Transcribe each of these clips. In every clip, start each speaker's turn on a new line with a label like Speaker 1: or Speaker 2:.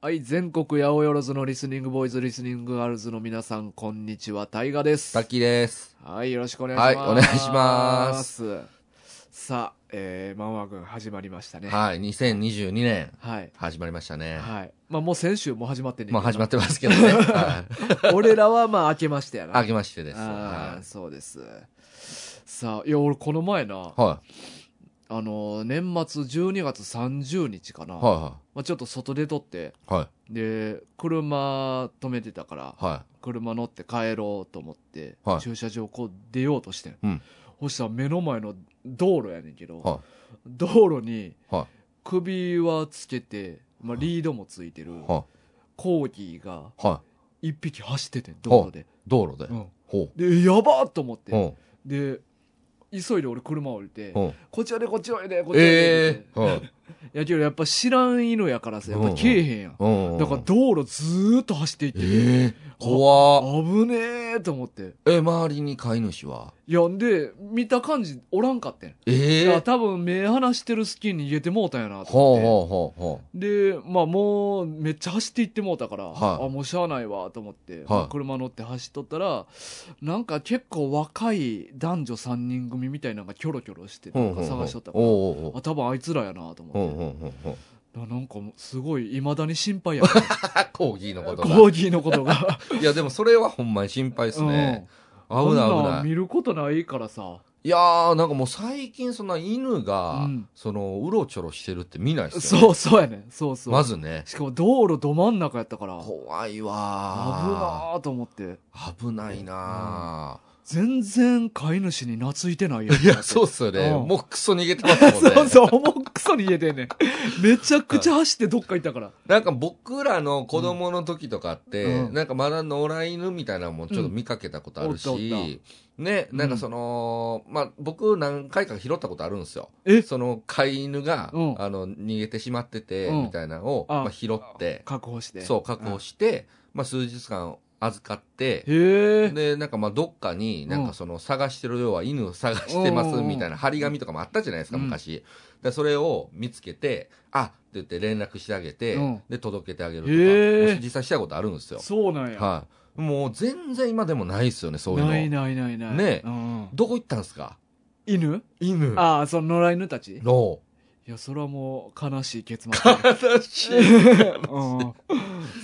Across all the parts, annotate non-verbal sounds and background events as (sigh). Speaker 1: はい、全国八百万のリスニングボーイズ、リスニングガールズの皆さん、こんにちは、大河です。
Speaker 2: 滝です。
Speaker 1: はい、よろしくお願いします。
Speaker 2: はいお願いします。
Speaker 1: さあ、えー、マンワー君始まりましたね。は
Speaker 2: はい、2022年
Speaker 1: い。
Speaker 2: 始まりましたね。
Speaker 1: はい。まあもう先週もう始まってんねんけど
Speaker 2: まあ始まってますけ
Speaker 1: (laughs)
Speaker 2: どね。はい
Speaker 1: 俺らはまあ明けましたやな。
Speaker 2: 明けましてです。
Speaker 1: あ
Speaker 2: は
Speaker 1: ーそうです。さあ、いや、俺この前な、
Speaker 2: い。は
Speaker 1: あの、年末12月30日かな、
Speaker 2: い。は
Speaker 1: まあ、ちょっと外出とって、
Speaker 2: い。はい。
Speaker 1: で、車止めてたから、
Speaker 2: は
Speaker 1: 車乗って帰ろうと思って、
Speaker 2: はい
Speaker 1: 駐車場こう出ようとしてん、
Speaker 2: うん
Speaker 1: そしたら目の前の道路やねんけど、
Speaker 2: は
Speaker 1: 道路に
Speaker 2: い。は
Speaker 1: 首輪つけて、まあ、リードもついてる、
Speaker 2: い。は
Speaker 1: コーギーが
Speaker 2: い。は
Speaker 1: 一匹走っててん道路で、
Speaker 2: い。道路で。
Speaker 1: うん
Speaker 2: ほ
Speaker 1: でやばーっと思っ
Speaker 2: う。
Speaker 1: て、
Speaker 2: ほ
Speaker 1: で急いで俺車降りて、
Speaker 2: う。ほう。
Speaker 1: こっちおいでこっちおいでこっちおいでって
Speaker 2: ええ。はい。
Speaker 1: いやけどやっぱ知らん犬やからさやっぱけえへんやん、
Speaker 2: うん。
Speaker 1: だから道路ずーっと走っていってて、
Speaker 2: ええ。怖っ
Speaker 1: 危ねえと思って
Speaker 2: え、周りに飼い主はい
Speaker 1: やんで見た感じおらんかってん、
Speaker 2: え
Speaker 1: い
Speaker 2: え。
Speaker 1: や多分目離してる隙に逃げてもうたんやなと
Speaker 2: ほ
Speaker 1: 思
Speaker 2: う
Speaker 1: って
Speaker 2: ほうほうほ
Speaker 1: でまあもうめっちゃ走っていってもうたから、
Speaker 2: はい
Speaker 1: あもうしゃあないわと思って、まあ車乗って走っとったらなんか結構若い男女3人組みたいなのがキョロキョロして
Speaker 2: う。
Speaker 1: なんか探しとったから、
Speaker 2: ほうほうほ
Speaker 1: あ多分あいつらやなと
Speaker 2: う。ほう
Speaker 1: 思っ
Speaker 2: ほうほうほう。
Speaker 1: て、ななんかもうすごいいまだに心配や
Speaker 2: (laughs)
Speaker 1: ね
Speaker 2: あ、コーギーのこと
Speaker 1: コーギーのことが
Speaker 2: が。いや、でもそれはほんまに心配ですね。危
Speaker 1: うん
Speaker 2: ない
Speaker 1: こ
Speaker 2: 危
Speaker 1: ん
Speaker 2: なんい
Speaker 1: 見。ることないからさ
Speaker 2: いやー、なんかもう最近そんな犬が、
Speaker 1: うん
Speaker 2: その、うろちょろしてるって見ないっすよ、ね。
Speaker 1: そうそうやねそうそう
Speaker 2: まずね。
Speaker 1: しかも道路ど真ん中やったから危
Speaker 2: 怖い
Speaker 1: な
Speaker 2: わ
Speaker 1: ーと思って
Speaker 2: ー。危ないな
Speaker 1: 全然飼い主に懐いてないやん
Speaker 2: ー。いや、そうっすよね。
Speaker 1: うん
Speaker 2: もうクソ逃げてますもんね。
Speaker 1: (laughs) そうそう、もうクソに言えてんねん。めちゃくちゃ走ってどっか行ったから。
Speaker 2: なんか僕らの子供の時とかって、
Speaker 1: うん
Speaker 2: なんかまだ野良犬みたいなのもちょっと見かけたことあるし、
Speaker 1: うんおったおっ
Speaker 2: ね、なんかその、まあ僕何回か拾ったことあるんですよ。
Speaker 1: え
Speaker 2: その飼い犬が、
Speaker 1: うん
Speaker 2: あの、逃げてしまってて、
Speaker 1: うん
Speaker 2: みたいなのを、
Speaker 1: あ
Speaker 2: まあ拾って、
Speaker 1: 確保して。
Speaker 2: そう、確保して、まあ、数日間預かって、
Speaker 1: へえ。
Speaker 2: で、なんかまあ、どっかに、なんかその、探してる、要は犬を探してま
Speaker 1: うんうんう
Speaker 2: す、
Speaker 1: ん
Speaker 2: みたいな張り紙とかもあったじゃないですか、
Speaker 1: うん
Speaker 2: 昔。で、それを見つけて、あって言って連絡してあげて
Speaker 1: うん、
Speaker 2: で、届けてあげる
Speaker 1: へ
Speaker 2: と
Speaker 1: え
Speaker 2: か、実際したことあるんですよ。
Speaker 1: そうなんや。
Speaker 2: はい。もう、全然今でもないですよね、そう
Speaker 1: ないいう
Speaker 2: の。
Speaker 1: ないないない。
Speaker 2: ね
Speaker 1: うん
Speaker 2: どこ行ったんですか
Speaker 1: 犬
Speaker 2: 犬。
Speaker 1: ああ、その野良犬たちい (laughs)
Speaker 2: の、
Speaker 1: や、それはもう悲しい結末や。
Speaker 2: (laughs) 悲しい。
Speaker 1: うん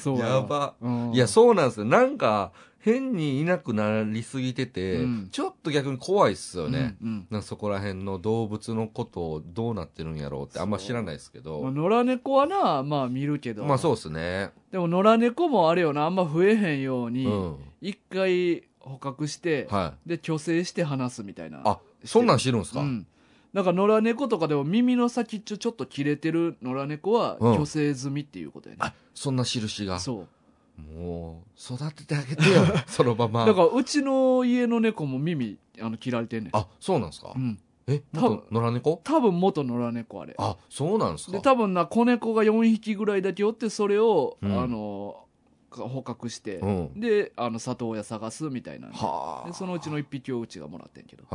Speaker 1: そうわ
Speaker 2: やば。
Speaker 1: うん
Speaker 2: いや、そうなんですよ。なんか、変にいなくなりすぎてて、
Speaker 1: うん
Speaker 2: ちょっと逆に怖いっす
Speaker 1: う
Speaker 2: よ
Speaker 1: ん
Speaker 2: ね。
Speaker 1: うん
Speaker 2: なんかそこら辺の動物のことをどうなってるんやろうってあんま知らないですけ
Speaker 1: まあ
Speaker 2: ど。
Speaker 1: 野良猫はな、まあ見るけど。
Speaker 2: まあそうですね。
Speaker 1: でも野良猫もあれよな、あんま増えへんよう
Speaker 2: う
Speaker 1: に、
Speaker 2: ん。
Speaker 1: 一回捕獲して、
Speaker 2: はい。
Speaker 1: で、虚勢して話すみたいな。
Speaker 2: あ、そんなん知るんすか、
Speaker 1: うん、なんか野良猫とかでも耳の先っちょちょっと切れてる野良猫は
Speaker 2: うん
Speaker 1: 虚勢済みっていうことやね、
Speaker 2: あ、そんな印が。
Speaker 1: そう
Speaker 2: もう、育ててあげて
Speaker 1: (laughs)
Speaker 2: よ。そのまま。
Speaker 1: だからうちの家の猫も耳あの切られてんねん
Speaker 2: あ、そうなんすか、
Speaker 1: うん、
Speaker 2: え、
Speaker 1: 多分
Speaker 2: 元野良猫
Speaker 1: 多分元野良猫あれ
Speaker 2: あ、そうなんすか
Speaker 1: で多分な子猫が4匹ぐらいだけおってそれを、
Speaker 2: うん
Speaker 1: あのか捕獲して、
Speaker 2: うん。
Speaker 1: であの里親探すみたいなんで
Speaker 2: はあ。
Speaker 1: でそのうちの1匹をうちがもらってんけど
Speaker 2: へ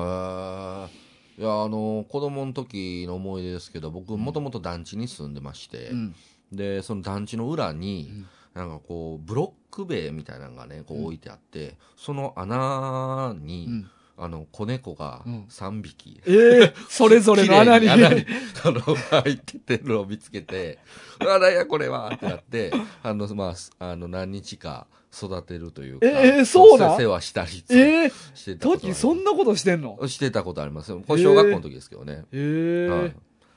Speaker 2: え。いや、あの、子供の時の思い出ですけど、僕、
Speaker 1: ん
Speaker 2: もともと団地に住んでまして、
Speaker 1: うん
Speaker 2: で、その団地の裏
Speaker 1: う
Speaker 2: に、
Speaker 1: ん
Speaker 2: なんかこう、ブロック塀みたいなのがね、こ
Speaker 1: うん
Speaker 2: う置いてあって、その穴に、
Speaker 1: うん
Speaker 2: あの、子猫が
Speaker 1: うん
Speaker 2: 3匹。
Speaker 1: ええそれぞれの穴に
Speaker 2: 綺麗あの、入っててるのを見つ
Speaker 1: (laughs)
Speaker 2: けて、あらや、これはってなって、あの、まあす、あの、何日か育てるというか、
Speaker 1: ええそうなん
Speaker 2: せ世話したり
Speaker 1: ええ
Speaker 2: してたことあり
Speaker 1: 時
Speaker 2: ます
Speaker 1: そんなことしてんの
Speaker 2: してたことありますよ。これ小学校の時ですけどね。
Speaker 1: ええ
Speaker 2: はい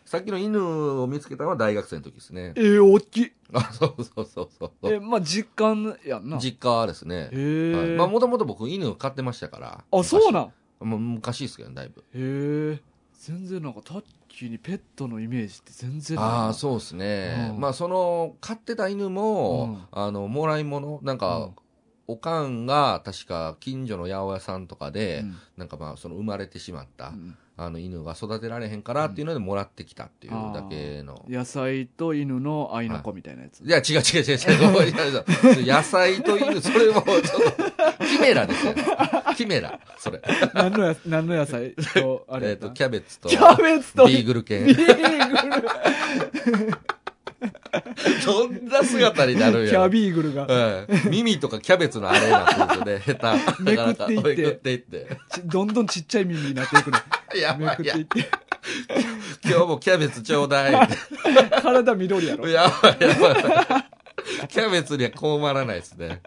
Speaker 2: さっきの犬を見つけたのは大学生の時ですね。
Speaker 1: ええおっきい
Speaker 2: (laughs) あ、そうそうそうそうそ
Speaker 1: え、
Speaker 2: う。
Speaker 1: まあ、実感やんな。
Speaker 2: 実家ですね
Speaker 1: へ。え、
Speaker 2: はいまあ、もともと僕犬飼ってましたから。
Speaker 1: あ、そうなんん
Speaker 2: もう昔ですけどね、だいぶ。
Speaker 1: へえ。全然なんかタッキーにペットのイメージって全然ないな。
Speaker 2: ああ、そうですね。
Speaker 1: うん
Speaker 2: まあ、その、飼ってた犬も、あの、もらい物、なんか、
Speaker 1: うん
Speaker 2: おかんが、確か、近所の八百屋さんとかで、
Speaker 1: うん
Speaker 2: なんかまあ、その、生まれてしまった、
Speaker 1: うん
Speaker 2: あの、犬が育てられへんからっていうので、もらってきたっていうだけの。
Speaker 1: 野菜と犬の愛の子みたいなや
Speaker 2: (laughs)
Speaker 1: つ。
Speaker 2: いや、違う違う違う違う。ごめんなさい野菜という、それも、ちょっと、キメラですよね。キメラ、それ。
Speaker 1: 何のや、何の野菜と、あれ
Speaker 2: え
Speaker 1: や
Speaker 2: っ
Speaker 1: った
Speaker 2: と、キャベツと、
Speaker 1: キャベツと
Speaker 2: ビーグル
Speaker 1: ビ
Speaker 2: 系。
Speaker 1: ーグル。
Speaker 2: どんな姿になるん
Speaker 3: キ
Speaker 2: やろ
Speaker 3: ャビーグルが
Speaker 2: うん耳とかキャベツのあれになってるんですよね、下手。
Speaker 1: めくっていって
Speaker 2: なかなかめくっていって。
Speaker 1: ちどんどんちっちゃい耳になっていくの
Speaker 2: (laughs) やば
Speaker 1: め
Speaker 2: い
Speaker 1: くっ
Speaker 2: や
Speaker 1: てい、って
Speaker 2: 今日もキャベツちょうだい。
Speaker 3: 体緑やろ
Speaker 2: やば (laughs) いやばい。キャベツには困らないですね。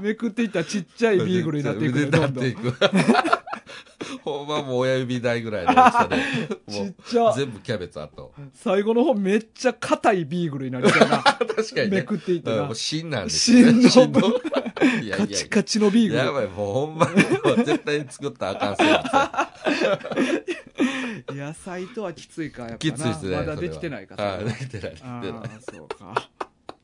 Speaker 1: めくっていったらちっちゃいビーグルになっていくの
Speaker 2: な
Speaker 1: ど
Speaker 2: っ
Speaker 1: んど
Speaker 2: てい
Speaker 1: ん
Speaker 2: く。 (laughs) ほんまもう親指ないぐらいの大きさで。
Speaker 3: ちっ
Speaker 2: も
Speaker 3: ちゃ
Speaker 2: う全部キャベツあと。
Speaker 3: 最後の方めっちゃ硬いビーグルになり
Speaker 2: (laughs)
Speaker 3: そうな
Speaker 2: 確かにね。
Speaker 3: めくっていった
Speaker 2: うん
Speaker 3: ら
Speaker 2: もう芯なんです
Speaker 3: 芯
Speaker 1: (laughs)
Speaker 3: の部
Speaker 2: 芯のいやいや
Speaker 1: カチカチのビーグル
Speaker 2: やばい、もうほんまにもう絶対作ったらあかんそうなんですよ
Speaker 1: 野菜とはきついかやっぱな
Speaker 2: きついですね。
Speaker 1: まだできてないか
Speaker 2: それははい、
Speaker 1: それ
Speaker 2: で
Speaker 1: は
Speaker 2: きてない、できて
Speaker 1: あ
Speaker 2: ない。
Speaker 1: ーそうか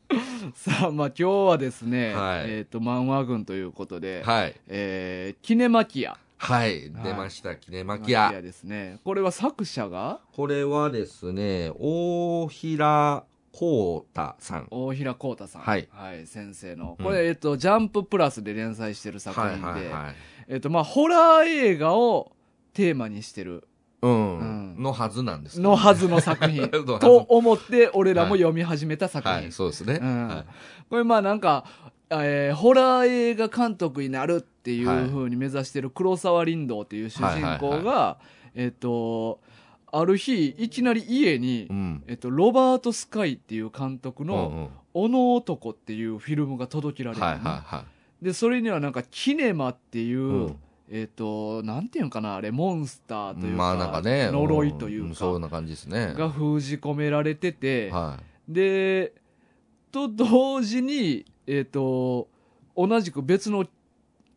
Speaker 1: (laughs) さあまあ今日はですね、
Speaker 2: はい
Speaker 1: えっ、と漫画群ということで、
Speaker 2: はい。
Speaker 1: えーキネマキア
Speaker 2: は
Speaker 1: は
Speaker 2: い、
Speaker 1: い
Speaker 2: 出ました、キネマキア。
Speaker 1: ですねこれは作者が
Speaker 2: これはですね、大平光太さん。
Speaker 1: 大平浩太さん、
Speaker 2: はい
Speaker 1: 先生の
Speaker 2: うん
Speaker 1: これ、えっ、とジャンププラスで連載してる作品で、
Speaker 2: い。
Speaker 1: えっ、とまあホラー映画をテーマにしてる
Speaker 2: うん。
Speaker 1: うん
Speaker 2: のはずなんですけど
Speaker 1: のはずの作品
Speaker 2: (laughs) のはず
Speaker 1: と思って俺らも読み始めた作品、
Speaker 2: はい、そうですね。
Speaker 1: うん
Speaker 2: は
Speaker 1: これまあなんか、えーホラー映画監督になるっていう
Speaker 2: はい
Speaker 1: ふうに目指してる黒沢林道っていう主人
Speaker 2: は
Speaker 1: 公
Speaker 2: いはい
Speaker 1: が、えっと、ある日、いきなり家に
Speaker 2: い。う、ん。
Speaker 1: えっと、ロバート・スカイっていう監督
Speaker 2: う
Speaker 1: の、
Speaker 2: んうん
Speaker 1: おの男っていうフィルムが届けられるの
Speaker 2: はい
Speaker 1: ね、
Speaker 2: はいは
Speaker 1: で、それにはなんか、キネマっていう、
Speaker 2: い。
Speaker 1: えっと、なんていうんかな、あれ、モンスターというか、
Speaker 2: まあなんかね、
Speaker 1: 呪いとい
Speaker 2: ん
Speaker 1: うんか、
Speaker 2: そうな感じですね。
Speaker 1: が封じ込められてて、
Speaker 2: は
Speaker 1: で、と同時に、えっ、と、同じく別の、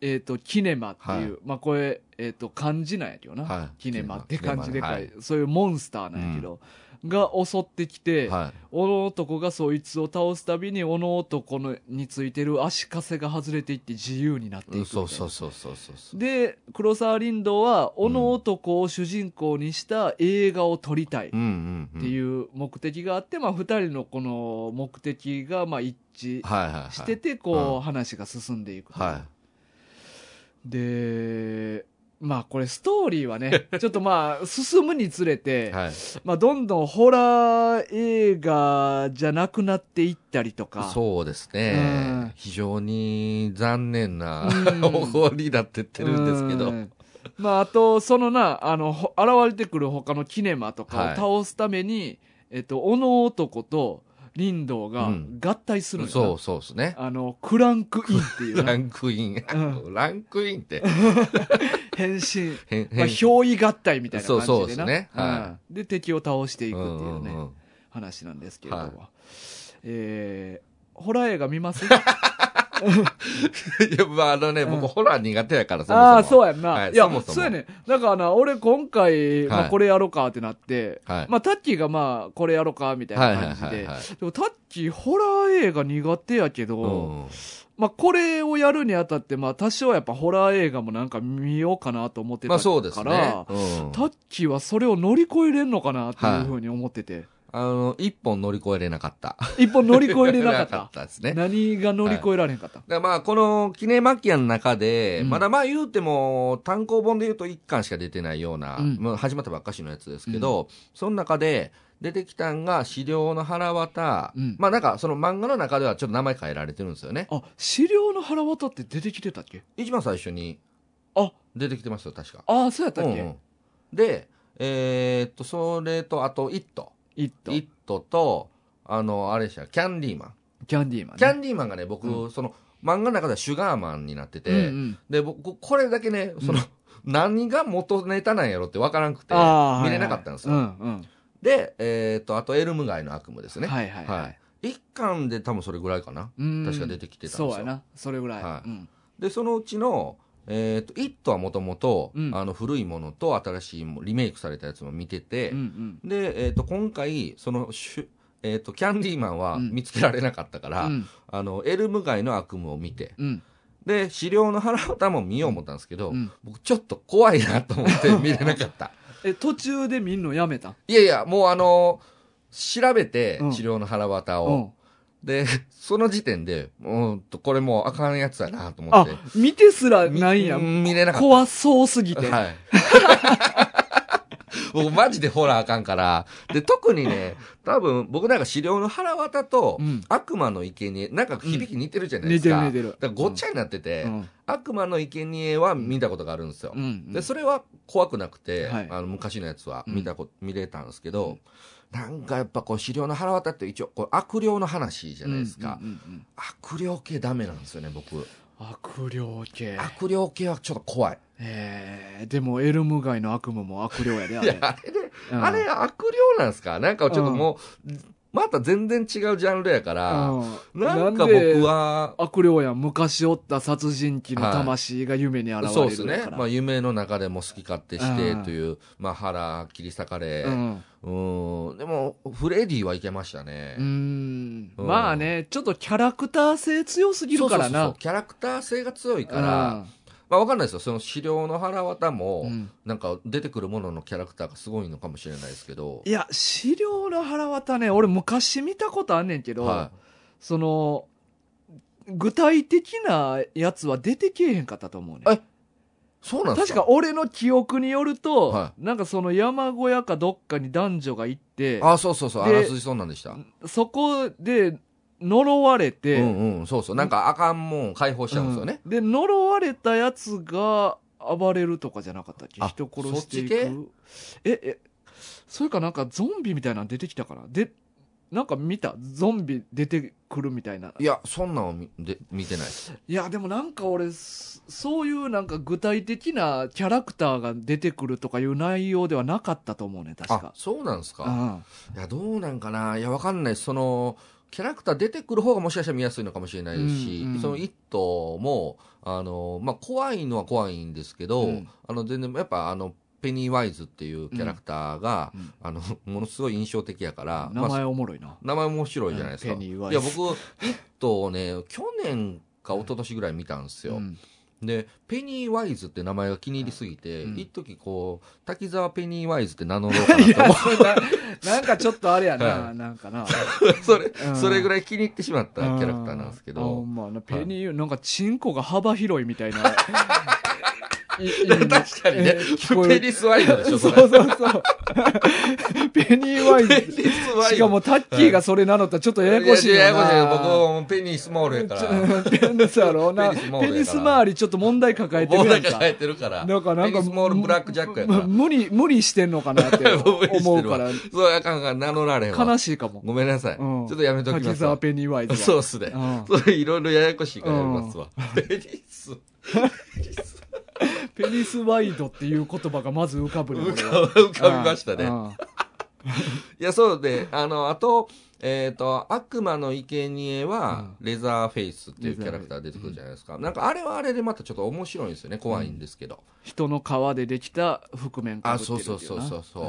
Speaker 1: えっ、と、キネマっていう、まあこれ、えっ、と、漢字なんやけどな。
Speaker 2: はい
Speaker 1: キネマって
Speaker 2: キネマ
Speaker 1: 感じでかい、
Speaker 2: はい
Speaker 1: そういうモンスターなんやけど、が襲ってき
Speaker 2: い。
Speaker 1: て、
Speaker 2: は
Speaker 1: おの男がそいつを倒すたびに、おの男のについてる足かせが外れていって自由になっていく
Speaker 2: い。う
Speaker 1: み
Speaker 2: ん
Speaker 1: たいな
Speaker 2: そうそうそうそうそうそう。
Speaker 1: で、黒沢林道は、おの男を主人公にした映画を撮りたい。
Speaker 2: うんうんうん。。
Speaker 1: っていうう目的があって、まあ、2人のこの目的がまあ一致
Speaker 2: はいはいはい。
Speaker 1: しててこう、話が進んでいくと、
Speaker 2: は
Speaker 1: でまあこれストーリーは
Speaker 2: (laughs)
Speaker 1: ねちょっとまあ進むにつれ
Speaker 2: い。
Speaker 1: て、
Speaker 2: はい。
Speaker 1: まあ、どんどんホラー映画じゃなくなっていったりとか
Speaker 2: そうです
Speaker 1: うん
Speaker 2: ね。非常に残念
Speaker 1: う
Speaker 2: な
Speaker 1: ん
Speaker 2: 方法になってってるんですけ
Speaker 1: う
Speaker 2: ど。
Speaker 1: んまあ、あと、そのな、あの、ほ現れてくる他のキネマとか
Speaker 2: はい
Speaker 1: を倒すために、えっと、おの男と林道が
Speaker 2: うん
Speaker 1: 合体するんよな
Speaker 2: そうそうですね。
Speaker 1: あの、クランクインっていう
Speaker 2: ラ
Speaker 1: な
Speaker 2: ンクイン
Speaker 1: う。
Speaker 2: ランクインって。
Speaker 1: 変身。
Speaker 2: 変
Speaker 1: まあ、憑依合体みたいな感じでな。
Speaker 2: そうそうですね
Speaker 1: うん
Speaker 2: は
Speaker 1: で、敵を倒していくっていうね、
Speaker 2: うんうんうん
Speaker 1: 話なんですけれども。
Speaker 2: は
Speaker 1: えー、ホラー映画見
Speaker 2: (laughs)
Speaker 1: ます
Speaker 2: いや、まあ、あのね、
Speaker 1: うん
Speaker 2: 僕、ホラー苦手やから、そもそも。
Speaker 1: ああ、そうやんな。
Speaker 2: はい
Speaker 1: いや、
Speaker 2: そもそも
Speaker 1: うやね。だからな、俺今回、ま
Speaker 2: は
Speaker 1: あ、
Speaker 2: い
Speaker 1: これやろうかってなって、
Speaker 2: はい。
Speaker 1: まあ、タッキーがまあ、これやろうかみたい
Speaker 2: はい
Speaker 1: な
Speaker 2: はい
Speaker 1: 感じで、
Speaker 2: はいはい。
Speaker 1: でもタッキー、ホラー映画苦手やけど、
Speaker 2: うん
Speaker 1: まあ、これをやるにあたって、まあ、多少やっぱホラー映画もなんか見ようかなと思ってた
Speaker 2: まあ、
Speaker 1: か
Speaker 2: そうですね
Speaker 1: ら、。
Speaker 2: うん
Speaker 1: タッキーはそれを乗り越えれんのかなっていうふうに思ってて、
Speaker 2: あの、一本乗り越えれなかった。
Speaker 1: 一本乗り越えれなかった。
Speaker 2: です (laughs) ね。だか
Speaker 1: 何が乗り越えられんかった、
Speaker 2: らまあ、この、キネマキアの中で、
Speaker 1: うん
Speaker 2: まだまあ言うても、単行本で言うと一巻しか出てないような、
Speaker 1: うん
Speaker 2: まあ始まったばっかしのやつですけど、その中で、出てきたんが、資料の腹渡、
Speaker 1: うん
Speaker 2: まあなんか、その漫画の中ではちょっと名前変えられてるんですよね。
Speaker 1: あ、資料の腹渡って出てきてたっけ
Speaker 2: 一番最初に
Speaker 1: あ、
Speaker 2: 出てきてますよ、確か。
Speaker 1: ああ、そうやったっけ、
Speaker 2: うんうんで、えーっと、それと、あと、イット。
Speaker 1: イット
Speaker 2: イットと、あの、あれでした、キャンディーマン。
Speaker 1: キャンディーマン、ね。
Speaker 2: キャンディーマンがね、僕、
Speaker 1: う
Speaker 2: その、漫画の中ではシュガーマンになってて、
Speaker 1: うんうん
Speaker 2: で、僕、これだけね、その、 (laughs) 何が元ネタなんやろってわからんくて、
Speaker 1: あー
Speaker 2: 見れなかったんですよ。
Speaker 1: はいはいうん
Speaker 2: で、えーっと、あと、エルム街の悪夢で
Speaker 1: う
Speaker 2: す
Speaker 1: ん。
Speaker 2: ね。
Speaker 1: はいはいはい。
Speaker 2: 一巻で多分それぐらいかな。
Speaker 1: うん
Speaker 2: 確か出てきてたんですよ
Speaker 1: そうやな。それぐらい。
Speaker 2: はい
Speaker 1: うん
Speaker 2: で、そのうちの、えーっと、イットはもともと、
Speaker 1: うん
Speaker 2: あの、古いものと新しいもリメイクされたやつも見てて、
Speaker 1: うんうん
Speaker 2: で、えっと今回そのしゅ、えっとキャンディーマンは
Speaker 1: うん
Speaker 2: 見つけられなかったから、
Speaker 1: うん
Speaker 2: あのエルム街の悪夢を見て
Speaker 1: うん
Speaker 2: で資料の腹渡も見よう思ったんですけど、
Speaker 1: うん
Speaker 2: 僕ちょっと怖いなと思って (laughs) 見れなかった
Speaker 1: え、途中で見んのやめた
Speaker 2: いやいやもうあの調べて
Speaker 1: うん
Speaker 2: 資料の腹渡
Speaker 1: う
Speaker 2: を、
Speaker 1: ん
Speaker 2: でその時点でうんとこれもうあかんやつだなと思
Speaker 1: あ
Speaker 2: って、
Speaker 1: 見てすら
Speaker 2: み
Speaker 1: ないやん。
Speaker 2: 見れなかった
Speaker 1: 怖そうすぎて。
Speaker 2: はい。 (laughs) 僕マジでホラーあかんから。で、特にね、多分僕なんか資料の腹渡と、
Speaker 1: うん
Speaker 2: 悪魔の生贄なんか響き似てるじゃないで
Speaker 1: 似
Speaker 2: す
Speaker 1: てる
Speaker 2: か。
Speaker 1: 似てる。
Speaker 2: だからごっちゃになってて、
Speaker 1: うん
Speaker 2: 悪魔の生贄は見たことがあるんですよ。
Speaker 1: うんうん
Speaker 2: で、それは怖くなくて、
Speaker 1: はい
Speaker 2: あの昔のやつは
Speaker 1: うん
Speaker 2: 見たこ、見れたんですけど、なんかやっぱこう資料の腹渡って一応こう悪霊の話じゃないですか。
Speaker 1: うんうんうん
Speaker 2: 悪霊系ダメなんですよね、僕。
Speaker 1: 悪霊系。
Speaker 2: 悪霊系はちょっと怖い。
Speaker 1: えー、でも、エルム街の悪夢も悪霊やで、あ
Speaker 2: いや、
Speaker 1: れ。
Speaker 2: あれね、
Speaker 1: うん
Speaker 2: あれ悪霊なんですかなんかちょっともう、また全然違うジャンルやから、
Speaker 1: うん
Speaker 2: なんか僕は、
Speaker 1: 悪霊やん昔おった殺人鬼の魂が夢に現
Speaker 2: そう
Speaker 1: れ
Speaker 2: です
Speaker 1: るや
Speaker 2: ね
Speaker 1: か。ら。
Speaker 2: まあ、夢の中でも好き勝手して
Speaker 1: うん
Speaker 2: という、まあ、腹切り裂かれ、
Speaker 1: う
Speaker 2: うん、
Speaker 1: ん
Speaker 2: ん、でも、フレディはいけましたね。
Speaker 1: うーん
Speaker 2: うん
Speaker 1: まあね、ちょっとキャラクター性強すぎるから
Speaker 2: そうそうそう
Speaker 1: な。
Speaker 2: キャラクター性が強いから、まあ、わかんないですよ。その資料の腹渡も、
Speaker 1: うん
Speaker 2: なんか出てくるもののキャラクターがすごいのかもしれないですけど
Speaker 1: い。や、資料の腹渡ね、俺昔見たことあんねんけど、
Speaker 2: は
Speaker 1: その、具体的なやつは出てけえへんかったと思うね。
Speaker 2: えい。そうなんで
Speaker 1: 確
Speaker 2: す
Speaker 1: か
Speaker 2: か
Speaker 1: 俺の記憶によると、
Speaker 2: は
Speaker 1: なんかその山小屋かどっかに男女が行って、
Speaker 2: あ、そうそうそう。あ
Speaker 1: で
Speaker 2: らすじそうなんでした。
Speaker 1: そこで呪われて、
Speaker 2: うんうん、そうそう。なんかあかんもん解放しちゃうんですよね。
Speaker 1: うんで、呪われたやつが暴れるとかじゃなかったっけ
Speaker 2: あ
Speaker 1: 人殺してい
Speaker 2: そ
Speaker 1: く。え、え、それかなんかゾンビみたいなの出てきたから。で、なんか見たゾンビ出てくるみたいな。
Speaker 2: いや、そんなんは見で見てないです。
Speaker 1: いや、でもなんか俺、そそういうなんか具体的なキャラクターが出てくるとかいう内容ではなかったと思うね、確
Speaker 2: あ
Speaker 1: か、。
Speaker 2: そうなんです
Speaker 1: う
Speaker 2: か。
Speaker 1: ん
Speaker 2: いや、どうなんかな。いや、わかんないです。その、キャラクター出てくる方がもしかしたら見やすいのかもしれないですし、
Speaker 1: うんうん
Speaker 2: その一頭も、あの、まあ、怖いのは怖いんですけど、
Speaker 1: うん
Speaker 2: あの、全然、やっぱあの、ペニーワイズっていうキャラクターが、
Speaker 1: うん
Speaker 2: あの、ものすごい印象的やから、
Speaker 1: 名
Speaker 2: まあ
Speaker 1: 前おもろいな。
Speaker 2: 名前面白いじゃないですか。
Speaker 1: うんペニーワイ
Speaker 2: い
Speaker 1: ズ
Speaker 2: や、僕、一頭をね、去年か一昨年ぐらい見たんですよ。
Speaker 1: うん
Speaker 2: で、ペニーワイズって名前が気に入りすぎて、
Speaker 1: うん
Speaker 2: 一時こう、滝沢ペニーワイズって名乗ろうかなっ
Speaker 1: い
Speaker 2: て思
Speaker 1: や、それななんかちょっとあれや
Speaker 2: は
Speaker 1: な、
Speaker 2: い
Speaker 1: なんかな。
Speaker 2: うそれ、
Speaker 1: うん
Speaker 2: それぐらい気に入ってしまったキャラクターなんですけ
Speaker 1: あほ
Speaker 2: ど、
Speaker 1: んまあ、ペニー、なんか、チンコが幅広いみた
Speaker 2: (laughs)
Speaker 1: いな。確
Speaker 2: 確かにね、ペニスワイズでし
Speaker 1: そ
Speaker 2: ょ、
Speaker 1: うそ
Speaker 2: そうれ。
Speaker 1: そう。ペニーワイ
Speaker 2: ペニ
Speaker 1: ズ。
Speaker 2: スワイズ。
Speaker 1: しかも、タッキーがそれなのとちょっとややこしいよな。
Speaker 2: ややこしいよ僕もペニースモールやから。
Speaker 1: ちょペニスやろうな。
Speaker 2: ペニスモールやから
Speaker 1: ペニス周りちょっと問題抱えて
Speaker 2: 棒
Speaker 1: るや
Speaker 2: だ
Speaker 1: ん
Speaker 2: け
Speaker 1: か。
Speaker 2: 変えてるから。
Speaker 1: なんか、なん
Speaker 2: ペ
Speaker 1: か、
Speaker 2: ニスモールブラックジャックやか
Speaker 1: む
Speaker 2: ら。
Speaker 1: 無理、無理してんのか
Speaker 2: (laughs)
Speaker 1: なって思うから、
Speaker 2: そう、あかんあかん名乗られへんわ。
Speaker 1: 悲しいかも。
Speaker 2: ごめんなさい。ち
Speaker 1: う
Speaker 2: ょ
Speaker 1: ん
Speaker 2: っとやめとき
Speaker 1: 滝
Speaker 2: ます
Speaker 1: 沢
Speaker 2: わ。
Speaker 1: ペニーワイズは。
Speaker 2: そうっすね。
Speaker 1: うん
Speaker 2: それいろいろややこしいからやりますわ。ペニス。
Speaker 1: ペニスワイドっていう言葉がまず浮かぶね。
Speaker 2: (laughs) 浮
Speaker 1: 俺は
Speaker 2: かぶ浮かびましたね。
Speaker 1: うん
Speaker 2: いや、そうで、あの、あと、えっ、と、悪魔の生贄は、レザーフェイスっていうキャラクター出てくるじゃないですか。なんか、あれはあれでまたちょっと面白いんですよね。怖いんですけど。
Speaker 1: 人の皮でできた覆面かぶってるっていな
Speaker 2: あそうそうそうそうそ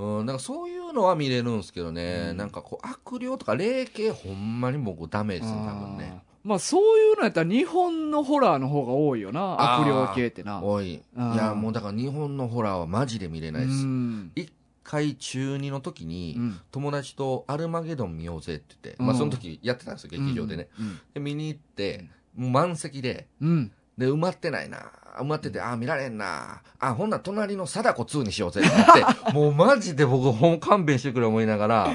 Speaker 2: うんうん、なんかそういうのは見れるんですけどね。なんかこう、悪霊とか霊系、ほんまに僕ダメですね、多分ね。
Speaker 1: あーまあそういうのやったら日本のホラーの方が多いよな
Speaker 2: あ
Speaker 1: 悪
Speaker 2: ー
Speaker 1: 霊系ってな
Speaker 2: おい。い
Speaker 1: うん
Speaker 2: や、もうだから日本のホラーはマジで見れないで
Speaker 1: う
Speaker 2: す。
Speaker 1: ん
Speaker 2: 一回中二の時に、
Speaker 1: うん
Speaker 2: 友達とアルマゲドン見ようぜって言って、まあ
Speaker 1: うん
Speaker 2: その時やってたんですよ、劇場でね。
Speaker 1: うん
Speaker 2: で、見に行って、もう満席で、
Speaker 1: うん
Speaker 2: で、埋まってないな。埋まってて、ああ、見られんな。あほんなら隣の貞子2にしようぜってな
Speaker 1: (laughs)
Speaker 2: って、もうマジで僕、ほん勘弁してくれ思いながら、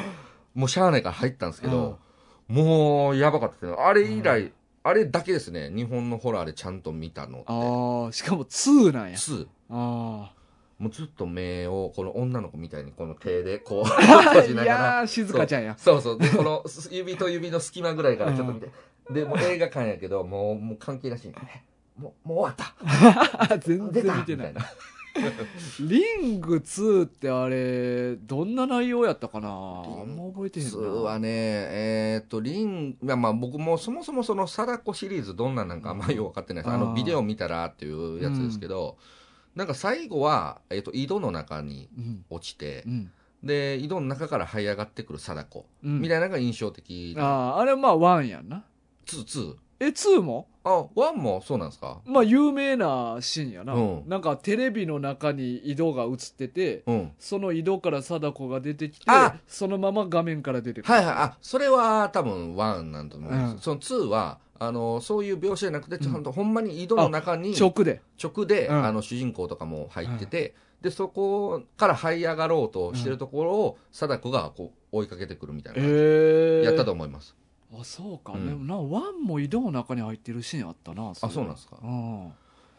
Speaker 2: もうしゃあないから入ったんですけど、もうやばかったですね。あれ以来、あれだけですね、日本のホラーでちゃんと見たのって。
Speaker 1: ああしかも2なんや
Speaker 2: 2。
Speaker 1: あ
Speaker 2: もうずっと目を、この女の子みたいにこの手で
Speaker 1: (laughs)
Speaker 2: こう、
Speaker 1: あ
Speaker 2: 閉じ
Speaker 1: い
Speaker 2: ながら
Speaker 1: や。ー静香ちゃんや
Speaker 2: そうそう。で、このす指と指の隙間ぐらいからちょっと見て。で、もう映画館やけど、もう、もう関係なしに。もう、もう終わっ
Speaker 1: 全
Speaker 2: た。出た
Speaker 1: 然見てな
Speaker 2: み
Speaker 1: い
Speaker 2: たいな
Speaker 1: リング2ってあれどんな内容やったかなあんま覚えてへん
Speaker 2: 普
Speaker 1: な
Speaker 2: 通はね、えーっと、リン、まあまあ僕もそもそもその貞子シリーズどんなんなんかあんまりよくわかってないです。
Speaker 1: あー
Speaker 2: あの、ビデオ見たらっていうやつですけど、なんか最後は、えーっと、井戸の中に
Speaker 1: うん
Speaker 2: 落ちて
Speaker 1: う、ん
Speaker 2: で、井戸の中から這い上がってくる貞子、
Speaker 1: うん
Speaker 2: みたいなのが印象的。
Speaker 1: あああれまあ1やんな
Speaker 2: ツー、ツー。
Speaker 1: え2も
Speaker 2: あ、ワンもそうなんですか
Speaker 1: まあ有名なシーンやな、
Speaker 2: うん
Speaker 1: なんかテレビの中に井戸が映ってて
Speaker 2: うん。
Speaker 1: その井戸から貞子が出てきて
Speaker 2: あ
Speaker 1: そのまま画面から出てくる、
Speaker 2: はいはい、あ、それは多分1なんだと思うんです。
Speaker 1: うん
Speaker 2: その2は、あのそういう描写じゃなくてちゃんとほんまに井戸の中に
Speaker 1: 直で。
Speaker 2: 直で、
Speaker 1: うん
Speaker 2: あの主人公とかも入ってて、でそこから這い上がろうとしてるところを、貞子がこう追いかけてくるみたいな感じで、
Speaker 1: え
Speaker 2: やったと思います
Speaker 1: あ、そうか。
Speaker 2: うん
Speaker 1: でもな、ワンも井戸の中に入ってるシーンあったな。
Speaker 2: あそうなんですか
Speaker 1: うん。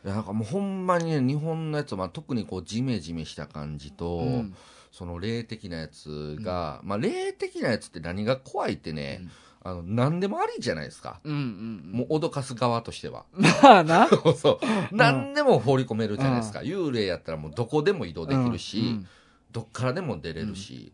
Speaker 2: いやなんかもうほんまにね日本のやつは、まあ、特にこうジメジメした感じと、
Speaker 1: うん
Speaker 2: その霊的なやつが、まあ、霊的なやつって何が怖いってね、あの何でもありじゃないですか、
Speaker 1: うんうん。
Speaker 2: もう脅かす側として (laughs) は
Speaker 1: まあ (laughs) な。
Speaker 2: そうそう何でも放り込めるじゃないですか、幽霊やったらもうどこでも移動できるし、
Speaker 1: うん
Speaker 2: どっからでも出れるし、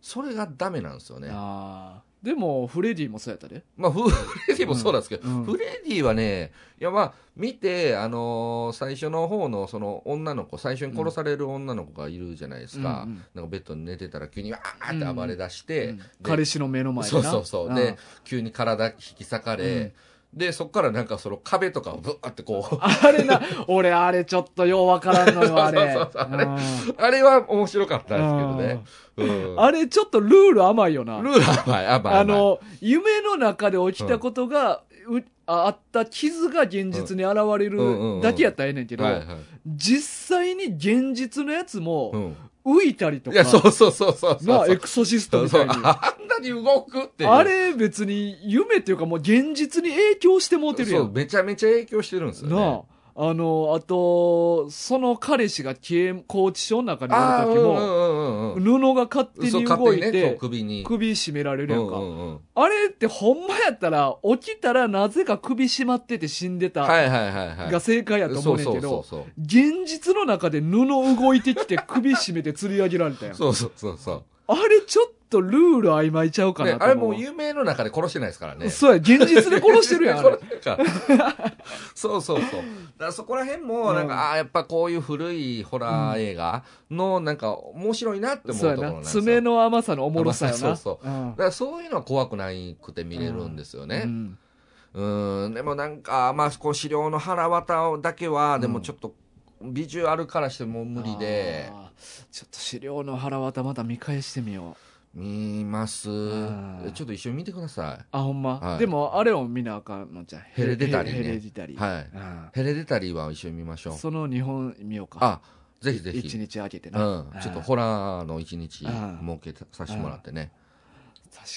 Speaker 2: それがダメなんですよね。
Speaker 1: あーでも、フレディもそうやったで。
Speaker 2: まあ、フフレディもそうなんですけど、
Speaker 1: うん
Speaker 2: フレディはね、いやまあ、見て、あのー最初の方のその女の子、最初に殺される女の子がいるじゃないですか、
Speaker 1: うんうん
Speaker 2: なんかベッドに寝てたら急にわーって暴れ出して、
Speaker 1: うん
Speaker 2: で
Speaker 1: 彼氏の目の前で
Speaker 2: そう
Speaker 1: な。
Speaker 2: そうそう、
Speaker 1: ん
Speaker 2: で、急に体引き裂かれ、で、そこからなんかその壁とかをぶわってこう、 (laughs)
Speaker 1: あれな、俺、あれちょっとようわからんのよ、あれ。
Speaker 2: そうそうそうあれ
Speaker 1: うん
Speaker 2: あれは面白かったんですけどね。うん
Speaker 1: あれちょっとルール甘いよな。
Speaker 2: ルールは甘い、甘い。
Speaker 1: あの、夢の中で起きたことが、うああった傷が現実に現れ
Speaker 2: うんうんうん
Speaker 1: るだけやったらええねんけど、
Speaker 2: はいはい
Speaker 1: 実際に現実のやつ
Speaker 2: う
Speaker 1: も
Speaker 2: ん
Speaker 1: 浮いたりと
Speaker 2: い
Speaker 1: か、
Speaker 2: や、そうそうそうそうそう。
Speaker 1: なエクソシストみたいに
Speaker 2: そう。そうあんなに動くっていう。
Speaker 1: あれ別に夢っていうかもう現実に影響してもうてるや。
Speaker 2: そうんめちゃめちゃ影響してるんですよね。
Speaker 1: なあ。あの、あと、その彼氏が刑拘置所の中に
Speaker 2: ああ、うん
Speaker 1: おる
Speaker 2: う
Speaker 1: 時
Speaker 2: ん
Speaker 1: も、
Speaker 2: うんうん。
Speaker 1: 布が勝手
Speaker 2: そう
Speaker 1: に
Speaker 2: 勝
Speaker 1: 動
Speaker 2: 手
Speaker 1: い
Speaker 2: にね、そう
Speaker 1: て、
Speaker 2: 首に。
Speaker 1: 首絞められるやんか。
Speaker 2: うんうんうん
Speaker 1: あれってほんまやったら、起きたらなぜか首絞まってて死んでた
Speaker 2: はいはいはいはい。
Speaker 1: が正解やと思うねんけ
Speaker 2: そう
Speaker 1: ど、
Speaker 2: そう
Speaker 1: 現実の中で布動いてきて首絞めて吊り上げられたやん。
Speaker 2: そうそう。そうそうそう
Speaker 1: あれちょっとルール曖昧ちゃう
Speaker 2: そ
Speaker 1: か
Speaker 2: う。
Speaker 1: な
Speaker 2: ね
Speaker 1: と、思
Speaker 2: あれもう夢の中で殺してないですからね。
Speaker 1: そうや、現実で殺してるやん、あれ
Speaker 2: (laughs) 殺。してるからそうそうそう。だからそこら辺も、なん
Speaker 1: うん
Speaker 2: か、ああ、やっぱこういう古いホラー映画の、なんか、面白いなって思う
Speaker 1: そうや
Speaker 2: ところな
Speaker 1: な。
Speaker 2: んですよ。
Speaker 1: 爪の甘さのおもろさやな。
Speaker 2: 甘さそうだ
Speaker 1: ん
Speaker 2: からそういうのは怖くないくて見れるんですよね。
Speaker 1: うん
Speaker 2: うーん、でもなんか、まあ、こう、資料の腹渡だけは、でもちょっと、ビジュアルからしても無理で、
Speaker 1: あーちょっと資料の腹渡また見返してみよう。
Speaker 2: 見ます。
Speaker 1: ー
Speaker 2: ちょっと一緒に見てくださ
Speaker 1: あ、ほんま。
Speaker 2: はい
Speaker 1: でも、あれを見なあかんのじゃん。
Speaker 2: ヘレデタリーね
Speaker 1: ヘレデタリ
Speaker 2: い。
Speaker 1: ー。
Speaker 2: はい。
Speaker 1: うん
Speaker 2: ヘレデタリーは一緒に見ましょう。
Speaker 1: その日本見ようか。
Speaker 2: あ、ぜひぜ
Speaker 1: 一
Speaker 2: ひ。
Speaker 1: 日あげて
Speaker 2: う
Speaker 1: な。
Speaker 2: ん。ちょっとホラーの一日
Speaker 1: あ
Speaker 2: 設けさせてもらってね。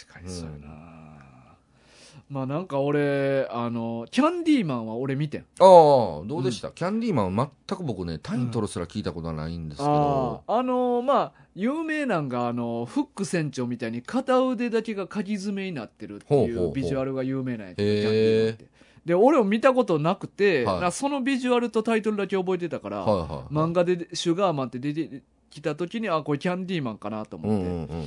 Speaker 1: 確かにそうやな、まあなんか俺、あの、キャンディーマンは俺見てん。
Speaker 2: ああー、どうでした、キャンディーマンは全く僕ね、タイトルすら聞いたことはないんですけ
Speaker 1: あ
Speaker 2: ど。
Speaker 1: あのまあ有名なんがあのフック船長みたいに片腕だけがかぎ爪になってるって
Speaker 2: ほうほ
Speaker 1: いう
Speaker 2: ほう
Speaker 1: うビジュアルが有名なんやけど
Speaker 2: へえ
Speaker 1: キャンディーマンってで俺も見たことなくて、
Speaker 2: はい
Speaker 1: なそのビジュアルとタイトルだけ覚えてたから、
Speaker 2: はいはい。
Speaker 1: 漫画で「シュガーマン」って出てきた時にあこれキャンディーマンかなと
Speaker 2: うん
Speaker 1: 思
Speaker 2: う
Speaker 1: って、
Speaker 2: んうん。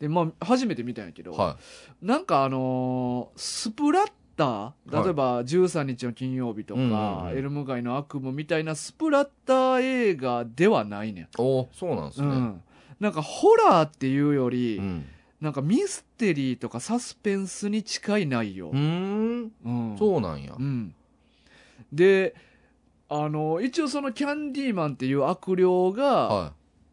Speaker 1: でまあ初めて見たんやけど、
Speaker 2: は
Speaker 1: なんかあのースプラッター例えば13日の金曜日とか、
Speaker 2: うんうんうん
Speaker 1: エルム街の悪夢みたいなスプラッター映画ではないねん
Speaker 2: い。おーそうなんです
Speaker 1: う
Speaker 2: ね。
Speaker 1: ん、なんかホラーっていうより、
Speaker 2: うん。
Speaker 1: なんかミステリーとかサスペンスに近い内容
Speaker 2: う、ーん。
Speaker 1: うん
Speaker 2: そうなんや
Speaker 1: う。ん、であの一応そのキャンディーマンっていう悪霊が、
Speaker 2: は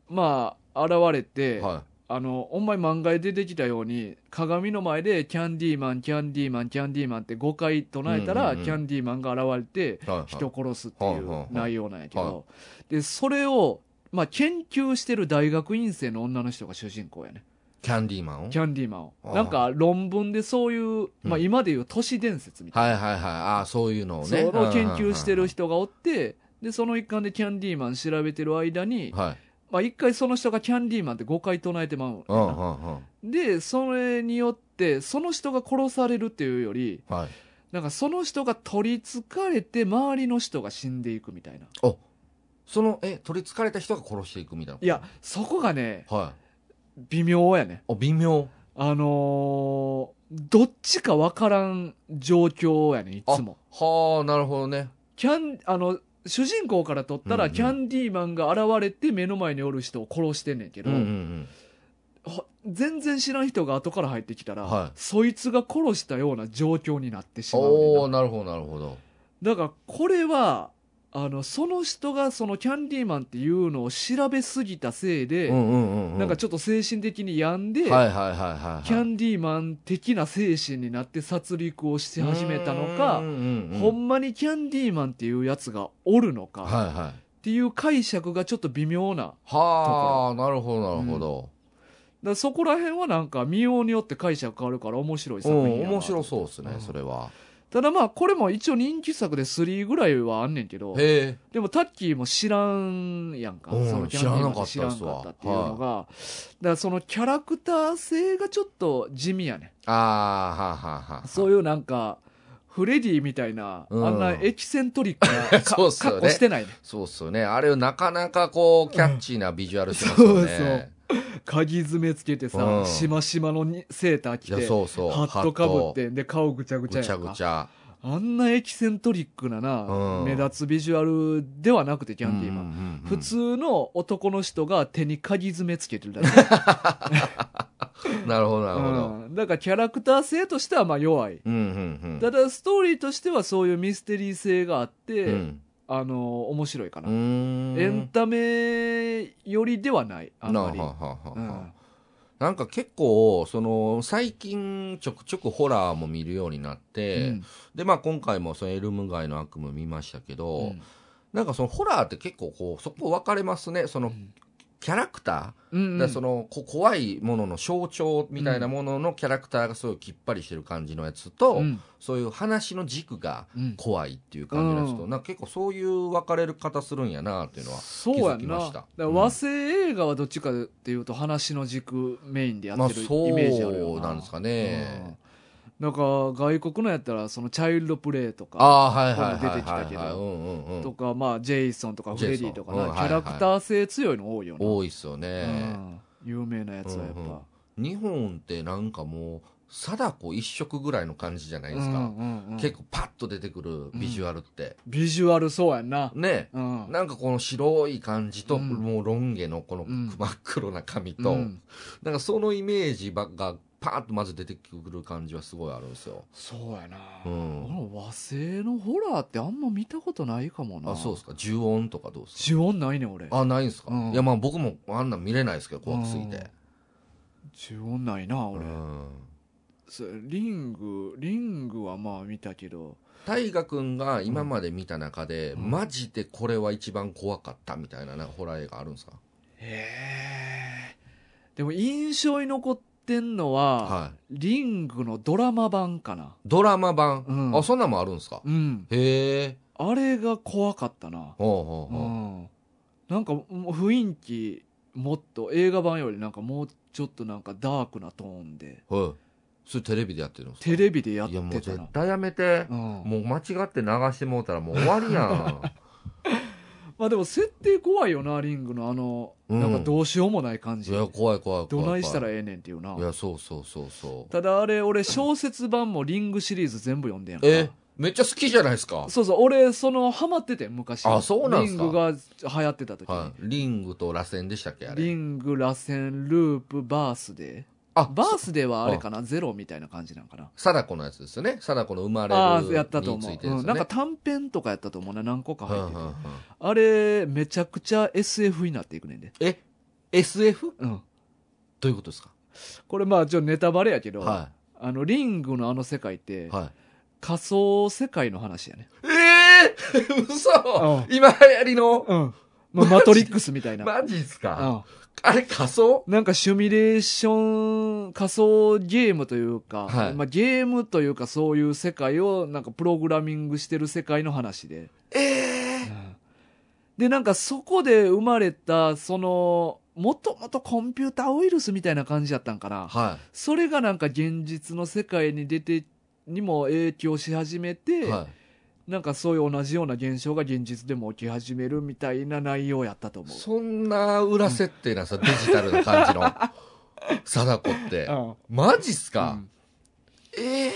Speaker 1: まあ現れて、
Speaker 2: い。はい。
Speaker 1: あのほんまに漫画で出てきたように鏡の前で「キャンディーマンキャンディーマンキャンディーマン」って5回唱えたら、
Speaker 2: うんうんうん
Speaker 1: キャンディーマンが現れて
Speaker 2: はいはい
Speaker 1: 人殺すってい
Speaker 2: はいはいうはい
Speaker 1: 内容なんやけど、
Speaker 2: は
Speaker 1: でそれを、まあ、研究してる大学院生の女の人が主人公やね
Speaker 2: キャンディーマンを
Speaker 1: キャンディーマンを
Speaker 2: ああ
Speaker 1: なんか論文でそういう、まあ、
Speaker 2: うん
Speaker 1: 今でいう都市伝説みたい
Speaker 2: はいはいはい。ああ、そういうのを
Speaker 1: な、
Speaker 2: ね。
Speaker 1: その研究してる
Speaker 2: 人。
Speaker 1: 人がおってでその一環でキャンディーマン調べてる間に、
Speaker 2: はい。
Speaker 1: まあ、一回その人がキャンディーマンって5回唱えてまうんや
Speaker 2: うんうんう。
Speaker 1: なんでそれによってその人が殺されるっていうより
Speaker 2: はい。
Speaker 1: なんかその人が取りつかれて周りの人が死んでいくみたいな
Speaker 2: おその、え、取り憑かれた人が殺していくみたいな。
Speaker 1: いや、そこがね
Speaker 2: はい。
Speaker 1: 微妙やね
Speaker 2: お、微妙。
Speaker 1: あのーどっちかわからん状況やねいつも
Speaker 2: はあ、なるほどね。
Speaker 1: キャンあの主人公から撮った
Speaker 2: うん
Speaker 1: ら
Speaker 2: うん
Speaker 1: キャンディーマンが現れて目の前におる人を殺してんねんけ
Speaker 2: う
Speaker 1: ど、
Speaker 2: んうん
Speaker 1: ほ全然知らん人が後から入ってきたら、
Speaker 2: はい
Speaker 1: そいつが殺したような状況になってし
Speaker 2: うん。
Speaker 1: まうねんな
Speaker 2: おおなるほど、なるほど。
Speaker 1: だからこれはあの、その人がそのキャンディーマンっていうのを調べすぎたせいで、
Speaker 2: うんうんうんうん。
Speaker 1: なんかちょっと精神的に病んで、
Speaker 2: はいはいはいはいはい。
Speaker 1: キャンディーマン的な精神になって殺戮をし始めたのか、
Speaker 2: うんうんうん
Speaker 1: ほんまにキャンディーマンっていうやつがおるのか、
Speaker 2: はいはい。
Speaker 1: っていう解釈がちょっと微妙な。だか
Speaker 2: はあ、なるほどなるほど。
Speaker 1: らそこら辺はなんか見ようによって解釈変わるから面白い
Speaker 2: うん
Speaker 1: 作品やな。
Speaker 2: 面白そうです
Speaker 1: う
Speaker 2: ね、
Speaker 1: ん
Speaker 2: それは。
Speaker 1: ただまあ、これも一応人気作で3ぐらいはあんねんけど、
Speaker 2: へえ。
Speaker 1: でもタッキーも知らんやんか。
Speaker 2: うん
Speaker 1: そのキャンディーマンって
Speaker 2: 知
Speaker 1: 知
Speaker 2: ら
Speaker 1: ら
Speaker 2: なかったっ
Speaker 1: ん
Speaker 2: す
Speaker 1: か
Speaker 2: わ
Speaker 1: ったっていうのが、だからそのキャラクター性がちょっと地味やね
Speaker 2: ああ、はあはあはあ。
Speaker 1: そういうなんか、フレディみたいな、
Speaker 2: うん
Speaker 1: あんなエキセントリック
Speaker 2: (laughs)
Speaker 1: なか
Speaker 2: そうっすよね
Speaker 1: 格好してないね。
Speaker 2: そうっすよね。あれなかなかこう、キャッチーなビジュアルしてますよ
Speaker 1: そうそう
Speaker 2: ね。
Speaker 1: 鍵爪つけてさ、
Speaker 2: うん
Speaker 1: しましまのにセーター着
Speaker 2: い
Speaker 1: て
Speaker 2: や、、そうそう。
Speaker 1: ハットかぶって、で、顔ぐちゃぐ
Speaker 2: ハッ
Speaker 1: ちゃ
Speaker 2: ト。ぐ
Speaker 1: や
Speaker 2: ちゃ
Speaker 1: ん
Speaker 2: ぐ
Speaker 1: か
Speaker 2: ち。ゃ。
Speaker 1: あんなエキセントリックなな、
Speaker 2: うん
Speaker 1: 目立つビジュアルではなくて、キャンディーマン。
Speaker 2: うんうんうんうん
Speaker 1: 普通の男の人が手に鍵爪つけてるだけ。
Speaker 2: なるほど、なるほど。
Speaker 1: うん、だからキャラクター性としてはまあ弱い。
Speaker 2: うん、うん、
Speaker 1: ただストーリーとしてはそういうミステリー性があっ
Speaker 2: う
Speaker 1: て、
Speaker 2: ん。うん
Speaker 1: あの、面白いかな。
Speaker 2: うん
Speaker 1: エンタメよりではない、あん
Speaker 2: なあ
Speaker 1: ま
Speaker 2: は
Speaker 1: り。
Speaker 2: あはあはあ
Speaker 1: うん
Speaker 2: なんか結構、その、最近、ちょくちょくホラーも見るようになって、
Speaker 1: うん
Speaker 2: で、まあ今回も、その、エルム街の悪夢見ましたけど、
Speaker 1: うん
Speaker 2: なんかその、ホラーって結構こう、そこ分かれますね。その、キャラクタ
Speaker 1: う
Speaker 2: ー、
Speaker 1: ん
Speaker 2: だからそのこ怖いものの象徴みたいなもののキャラクターがすごいきっぱりしてる感じのやつと、
Speaker 1: うん
Speaker 2: そういう話の軸が
Speaker 1: うん
Speaker 2: 怖いっていう感じのやつと、
Speaker 1: う
Speaker 2: なんか結構そういう分かれる方するんやなっていうのは
Speaker 1: そうや
Speaker 2: 気づ
Speaker 1: ん
Speaker 2: き
Speaker 1: な
Speaker 2: ま
Speaker 1: だ
Speaker 2: した
Speaker 1: から和製映画はどっちかっていうと話の軸メインでや
Speaker 2: まあ
Speaker 1: ってるイメージあるよな、
Speaker 2: そうなんですかね。
Speaker 1: うんなんか外国のやったらそのチャイルドプレイとか
Speaker 2: ああ、はいはいはいはい、
Speaker 1: 出てきたけ
Speaker 2: はい。
Speaker 1: ど
Speaker 2: うんうんう
Speaker 1: と
Speaker 2: ん。
Speaker 1: か、まあ、ジェイソンとかフレディとかな、
Speaker 2: ジェイソンうん
Speaker 1: キャラクター性強いの多いよな、
Speaker 2: 多いっすよね。
Speaker 1: うん有名なやつはやっぱ、
Speaker 2: うんうん日本ってなんかもう、貞子一色ぐらいの感じじゃないです
Speaker 1: う
Speaker 2: か
Speaker 1: ん。うんうん
Speaker 2: 結構パッと出てくるビジュアルって。
Speaker 1: ビジュアルそうやんな、
Speaker 2: ね。
Speaker 1: うん
Speaker 2: なんかこの白い感じと、
Speaker 1: うん
Speaker 2: もうロン毛のこの
Speaker 1: うん
Speaker 2: 真っ黒な髪
Speaker 1: う
Speaker 2: と、
Speaker 1: ん
Speaker 2: なんかそのイメージばっかパーッとまず出てくる感じはすごいあるんですよ。
Speaker 1: そうやな、
Speaker 2: うん
Speaker 1: この和製のホラーってあんま見たことないかもな
Speaker 2: あ、そうですか。呪音とかどうですか
Speaker 1: 呪音ないね俺
Speaker 2: あ、ないんですか、
Speaker 1: うん
Speaker 2: いや、まあ僕もあんなん見れないですけど、怖くすぎて。
Speaker 1: 呪音ないな俺、
Speaker 2: うん
Speaker 1: そうリングリングはまあ見たけど
Speaker 2: 大河君が今まで見た中で、
Speaker 1: ん
Speaker 2: マジでこれは一番怖かったみたいななんかホラー映画あるんですか
Speaker 1: ええでも印象に残ってんのは、
Speaker 2: はい
Speaker 1: リングのドラマ版かな
Speaker 2: ドラマ版、
Speaker 1: うん
Speaker 2: あそんなんもあるんですか、
Speaker 1: うん
Speaker 2: へえ
Speaker 1: あれが怖かったな
Speaker 2: ほうほ
Speaker 1: う
Speaker 2: うほう、
Speaker 1: んなんかもう雰囲気もっと映画版よりなんかもうちょっとなんかダークなトーンで
Speaker 2: はいそれテレビでやってるんですか
Speaker 1: テレビでやっ
Speaker 2: いやもう
Speaker 1: てた
Speaker 2: 絶
Speaker 1: な
Speaker 2: 対やめて、
Speaker 1: うん
Speaker 2: もう間違って流してもうたらもう終わりやん
Speaker 1: まあでも設定怖いよなリングのあの
Speaker 2: うん
Speaker 1: なんかどうしようもない感じ、
Speaker 2: (laughs) いや怖い怖い怖い怖い
Speaker 1: どないしたらええねんっていうない
Speaker 2: やそうそうそうそう
Speaker 1: ただあれ俺小説版もリングシリーズ全部読んでんやんか
Speaker 2: えめっちゃ好きじゃないですか
Speaker 1: そうそう俺そのハマってて昔
Speaker 2: あそうなんすか
Speaker 1: リングが流行ってた時に、
Speaker 2: はい、リングと螺旋でしたっけあれ
Speaker 1: リング螺旋ループバースデ
Speaker 2: あ
Speaker 1: ーバースデーはあれかなゼロみたいな感じなんかな
Speaker 2: 貞子のやつですよね貞子の生ま
Speaker 1: ああ
Speaker 2: れ
Speaker 1: ー
Speaker 2: る
Speaker 1: やったと
Speaker 2: につ
Speaker 1: 思、
Speaker 2: いうてですよね
Speaker 1: うんなんか短編とかやったと思うな何個か入ってて、
Speaker 2: うんうんうん
Speaker 1: あれめちゃくちゃ SF になっていくねんで、
Speaker 2: え SF?
Speaker 1: うん、
Speaker 2: どういうことですか
Speaker 1: これまあちょっとネタバレやけど、
Speaker 2: は
Speaker 1: あのリングのあの世界って、
Speaker 2: い。はい。
Speaker 1: 仮想世界の話やね、
Speaker 2: ええー、嘘
Speaker 1: う
Speaker 2: 今流行りの
Speaker 1: うんまあ、マトリックスみたいな、
Speaker 2: マジっす
Speaker 1: う
Speaker 2: か
Speaker 1: ん
Speaker 2: あれ仮想
Speaker 1: なんかシミュレーション仮想ゲームというか、
Speaker 2: はい
Speaker 1: まあ、ゲームというかそういう世界をなんかプログラミングしてる世界の話で、
Speaker 2: ええ
Speaker 1: でなんかそこで生まれたそのもともとコンピューターウイルスみたいな感じだったんかな
Speaker 2: は
Speaker 1: それがなんか現実の世界に出てにも影響し始め
Speaker 2: い。
Speaker 1: て、
Speaker 2: は
Speaker 1: なんかそういう同じような現象が現実でも起き始めるみたいな内容やったと
Speaker 2: い。
Speaker 1: 思う。
Speaker 2: そんな裏設定なんですかデジタルな感じの。貞
Speaker 1: (laughs)
Speaker 2: 子って。マジっすか、
Speaker 1: うん
Speaker 2: ええ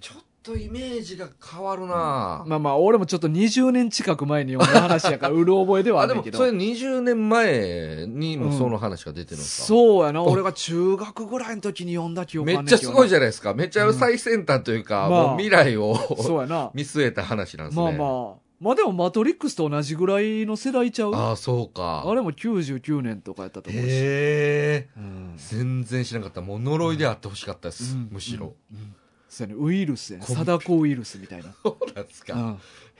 Speaker 2: ちょっとイメージが変わるなぁ
Speaker 1: まあまあ、俺もちょっと20年近く前に読んだ話やから、うる覚えではあ
Speaker 2: あ、
Speaker 1: る
Speaker 2: で
Speaker 1: んだ
Speaker 2: も (laughs)
Speaker 1: け、ど。
Speaker 2: それ20年前にもその話が出てるんですか、
Speaker 1: そうやな、俺が中学ぐらいの時に読んだ記憶
Speaker 2: め (laughs)
Speaker 1: あ
Speaker 2: っ
Speaker 1: ん
Speaker 2: ち
Speaker 1: ね
Speaker 2: ゃ
Speaker 1: んけ
Speaker 2: す
Speaker 1: どな
Speaker 2: ごいじゃないですか。めっちゃ最先端というか、
Speaker 1: うんまあ
Speaker 2: もう未来を (laughs)
Speaker 1: そうやな。
Speaker 2: 見据えた話なんですね。
Speaker 1: まあまあ、まあでもマトリックスと同じぐらいの世代ちゃうあ
Speaker 2: ああ、そうか。
Speaker 1: れも99年とかやったと思うし。
Speaker 2: へえ。
Speaker 1: うん
Speaker 2: 全然知らなかった。もう呪いであってほしかったです。
Speaker 1: うん
Speaker 2: むしろ。
Speaker 1: うんそうやね、ウイルスやね。
Speaker 2: コン
Speaker 1: サダコウイルスみたいな。
Speaker 2: (laughs) そうなんです
Speaker 1: う
Speaker 2: か。
Speaker 1: ん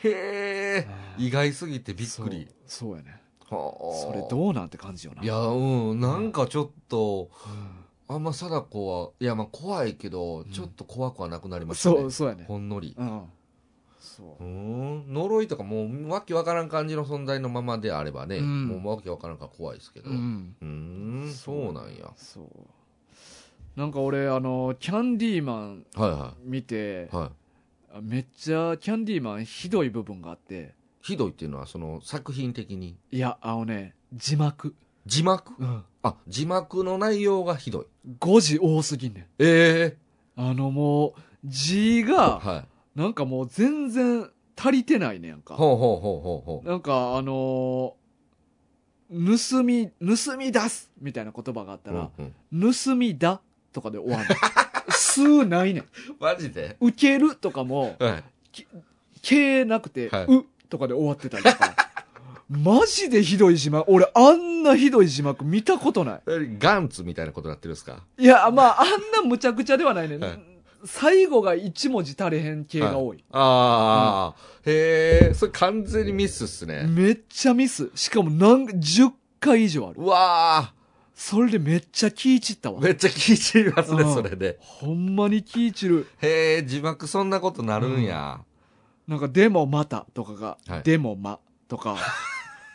Speaker 2: へえ。
Speaker 1: あー
Speaker 2: 意外すぎてびっくり。
Speaker 1: そうそうやね。そ
Speaker 2: そ
Speaker 1: れどうなんて感じよな。
Speaker 2: いや、うん。なんかちょっと、
Speaker 1: うん
Speaker 2: あんま貞子は、いや、まあ怖いけど、ちょっと怖くはなくなりましたね。
Speaker 1: そう、そうやね。
Speaker 2: ほんのり。
Speaker 1: うん。そう
Speaker 2: う。ん呪いとかもうわけわからん感じの存在のままであればね、
Speaker 1: うん
Speaker 2: もうわけわからんから怖いですけど
Speaker 1: う
Speaker 2: うん
Speaker 1: ん。
Speaker 2: んそうなんや
Speaker 1: そう。なんか俺、あの、キャンディーマン
Speaker 2: はいは
Speaker 1: 見て
Speaker 2: い、はい
Speaker 1: めっちゃキャンディーマンひどい部分があって、
Speaker 2: ひどいっていうのはその作品的に
Speaker 1: いや、あのね、字幕。
Speaker 2: 字幕
Speaker 1: うん。
Speaker 2: あ字幕の内容がひどい
Speaker 1: 5字多すぎんねん。
Speaker 2: え
Speaker 1: あのもう、字
Speaker 2: え
Speaker 1: が、
Speaker 2: はい
Speaker 1: なんかもう全然足りてないねやんか。
Speaker 2: ほうほうほうほうほう
Speaker 1: なんかあのー盗み、盗み出すみたいな言葉があったら、
Speaker 2: うんうん
Speaker 1: 盗みだとかで終わんねん。 (laughs) 数ないねん。
Speaker 2: マジで
Speaker 1: 受けるとかも、
Speaker 2: はい
Speaker 1: けなくて、
Speaker 2: はいう
Speaker 1: とかで終わってたりとか。 (laughs) マジでひどい字幕。俺、あんなひどい字幕見たことない。
Speaker 2: ガンツみたいなことになってるんですか
Speaker 1: いや、まあ、あんなむちゃくちゃではないねん。
Speaker 2: はい
Speaker 1: 最後が一文字足れへん系が多い。
Speaker 2: ああ、へえそれ完全にミスっすね、
Speaker 1: めっちゃミス。しかもなん、10回以上ある。
Speaker 2: うわ
Speaker 1: それでめっちゃ気い散った
Speaker 2: あ
Speaker 1: わ。
Speaker 2: めっちゃ聞いちゃいますね、
Speaker 1: うん
Speaker 2: それで
Speaker 1: ほんまに気い散る。
Speaker 2: へえ字幕そんなことなるんや、
Speaker 1: なんか、でもまたとかが、
Speaker 2: はい
Speaker 1: でもまとか。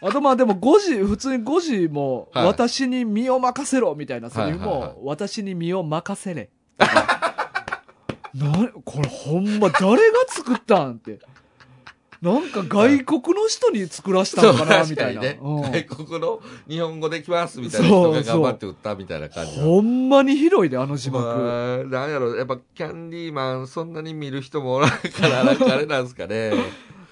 Speaker 1: あとまあでも5時、 (laughs) 普通に5時も、
Speaker 2: はい
Speaker 1: 私に身を任せろみたいなセリフ
Speaker 2: はいはいはい
Speaker 1: も、私に身を任せれ。とか (laughs) な、これほんま誰が作ったんって。なんか外国の人に作らせたのかなみたいな。
Speaker 2: ね、
Speaker 1: うん
Speaker 2: 外国の日本語できますみたいな人が頑張って売ったみたいな感じの。
Speaker 1: ほんまにひどいで、あの字幕。
Speaker 2: まあ、なんやろ、やっぱキャンディーマン、そんなに見る人もおらんから、なんかあれなんですかね。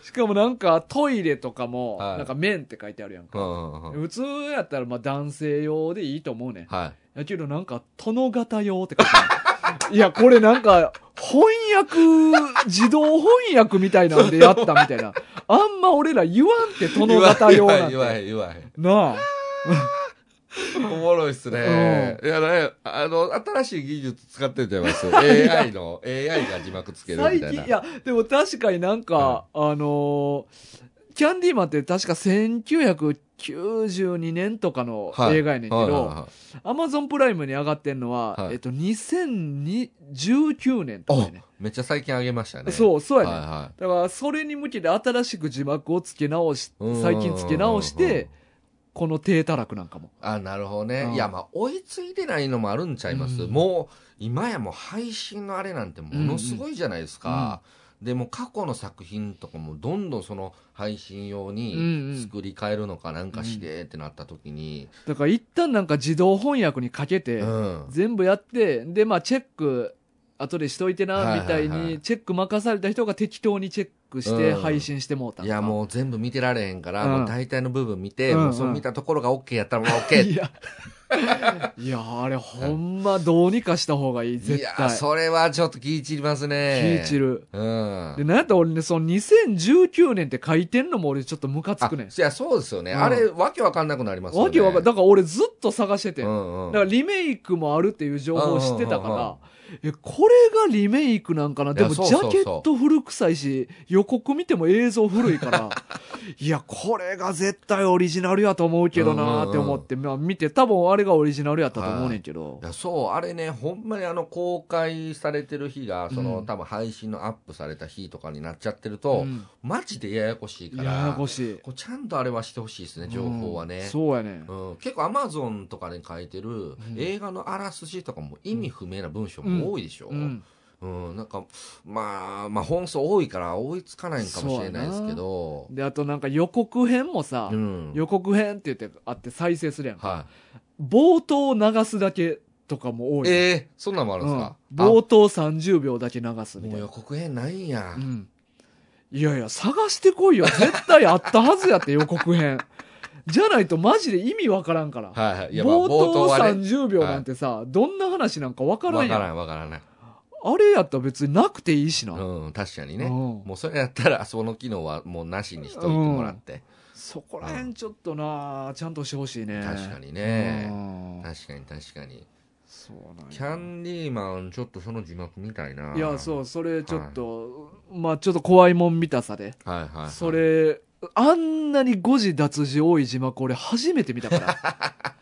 Speaker 1: しかもなんかトイレとかも、
Speaker 2: はい
Speaker 1: なんか麺って書いてあるやんか。
Speaker 2: うんうんうん
Speaker 1: 普通やったらまあ男性用でいいと思うねん。
Speaker 2: はい。
Speaker 1: やけどなんか、殿方用って書いてある。いや、これなんか、翻訳、自動翻訳みたいなんでやったみたいな。あんま俺ら言わんって、殿方用なん
Speaker 2: 言わへ
Speaker 1: て。
Speaker 2: ん、言わへん。
Speaker 1: なあ。
Speaker 2: おもろいっすね。いや、なんやあの、新しい技術使ってると思
Speaker 1: (laughs)
Speaker 2: います。AI の、AI が字幕つけるみ
Speaker 1: 最
Speaker 2: た
Speaker 1: 近、。
Speaker 2: いない
Speaker 1: や、でも確かになんか、あのーキャンディーマンって確か1992年とかの
Speaker 2: はい
Speaker 1: 映画やねんけ
Speaker 2: はいはい
Speaker 1: ど、
Speaker 2: は
Speaker 1: アマゾンプライムに上がってんのは、
Speaker 2: はい
Speaker 1: えっと、2019年とかや
Speaker 2: い
Speaker 1: ね。
Speaker 2: おめっちゃ最近あげましたね。
Speaker 1: そう、そうやね。
Speaker 2: はいは
Speaker 1: だから、それに向けて新しく字幕を付け直し
Speaker 2: うんうんうんう、ん
Speaker 1: 最近付け直して、この低たらくなんかも。
Speaker 2: あ、なるほどね。
Speaker 1: うん
Speaker 2: いや、まあ、追いついてないのもあるんちゃいます。
Speaker 1: うん
Speaker 2: もう、今やもう配信のあれなんてものすごいじゃないですか。でも過去の作品とかもどんどんその配信用
Speaker 1: うんう
Speaker 2: に
Speaker 1: ん
Speaker 2: 作り変えるのかなんかしてってなった時に、
Speaker 1: だから、一旦なんか自動翻訳にかけて
Speaker 2: う、ん。
Speaker 1: 全部やって、で、まあ、チェック、後でしといて
Speaker 2: はいはい
Speaker 1: な、み
Speaker 2: は
Speaker 1: た
Speaker 2: い
Speaker 1: いに、チェック任された人が適当にチェックして、
Speaker 2: うん
Speaker 1: 配信してもうたん
Speaker 2: い
Speaker 1: か。
Speaker 2: や、もう全部見てられへんから、
Speaker 1: うん
Speaker 2: もう大体の部分見て、
Speaker 1: うんうん
Speaker 2: もうその見たところが OK やったらもう OK
Speaker 1: (laughs) いや、いや、あれ、ほんま、どうにかした方がいい、
Speaker 2: い
Speaker 1: 絶
Speaker 2: や、
Speaker 1: 対。
Speaker 2: それはちょっと気い散りますね。
Speaker 1: 気い散る。
Speaker 2: うん。
Speaker 1: で、なんやったら俺ね、その2019年って書いてんのも俺ちょっとムカつ
Speaker 2: あ
Speaker 1: くねん。
Speaker 2: いや、そうですよね。
Speaker 1: うん
Speaker 2: あれ、わけわかんなくなりますよね。
Speaker 1: わけわかん、だから俺ずっと探してて。
Speaker 2: うんうん
Speaker 1: だからリメイクもあるっていう情報を知ってた
Speaker 2: うんうんうんうん
Speaker 1: から、え、これがリメイクなんかなでも
Speaker 2: いや
Speaker 1: ジ
Speaker 2: そうそうそう
Speaker 1: ャケット古臭いし、予告見ても映像古いから、
Speaker 2: (laughs)
Speaker 1: いや、これが絶対オリジナルやと思うけどなーって思って、まあ見て、多分あれがオリジナルやったと思うねんけど
Speaker 2: い。やそう、あれね、ほんまにあの公開されてる日が、その、
Speaker 1: うん
Speaker 2: 多分配信のアップされた日とかになっちゃってると、
Speaker 1: うん
Speaker 2: マジでややこしいか
Speaker 1: や
Speaker 2: ら、
Speaker 1: やこ
Speaker 2: い
Speaker 1: しい。
Speaker 2: こうちゃんとあれはしてほしいですね、情報は
Speaker 1: うん
Speaker 2: ね。
Speaker 1: そうやね。
Speaker 2: うん結構アマゾンとかに書いてる映画のあらすじとかも意味不明な文章も多いでしょ、う
Speaker 1: うんん。
Speaker 2: なんか、まあ、まあ本数多いから追いつかないんかもしれないですけど、
Speaker 1: で、あとなんか予告編もさ
Speaker 2: う、ん。
Speaker 1: 予告編って言ってあって再生するやんか。
Speaker 2: は
Speaker 1: 冒頭を流すだけとかも多い
Speaker 2: い。
Speaker 1: ね。
Speaker 2: ええそんなんもあるんですか、
Speaker 1: うん冒頭30秒だけ流す
Speaker 2: あ
Speaker 1: みた
Speaker 2: もう
Speaker 1: い
Speaker 2: 予
Speaker 1: な。
Speaker 2: 告編ないんや。
Speaker 1: うん。いやいや、探してこいよ。絶対あったはずやって、予告編。 (laughs) じゃないとマジで意味わからんから。
Speaker 2: はいはい。いや、まあ
Speaker 1: 冒頭
Speaker 2: はね
Speaker 1: 30秒なんてさ、どんな話なんかわから
Speaker 2: わ
Speaker 1: ん
Speaker 2: か
Speaker 1: やん。
Speaker 2: らん、わからない。
Speaker 1: あれやったら別になくていいしな。
Speaker 2: うん、確かに
Speaker 1: う
Speaker 2: ね。
Speaker 1: ん
Speaker 2: もうそれやったら、その機能はもうなしにしといてもらって。
Speaker 1: そこらへんちょっとな、ちゃんとしてほしいね。
Speaker 2: 確かに
Speaker 1: う
Speaker 2: ね。
Speaker 1: ん
Speaker 2: 確かに確かに。
Speaker 1: そうなんや
Speaker 2: キャンディーマン、ちょっとその字幕みたいな。
Speaker 1: いや、そう、それちょっと、まあちょっと怖いもん見たさで。
Speaker 2: う。はいはい、はい。
Speaker 1: そ。れ、あんなに誤字脱字多い字幕俺初めて見たから。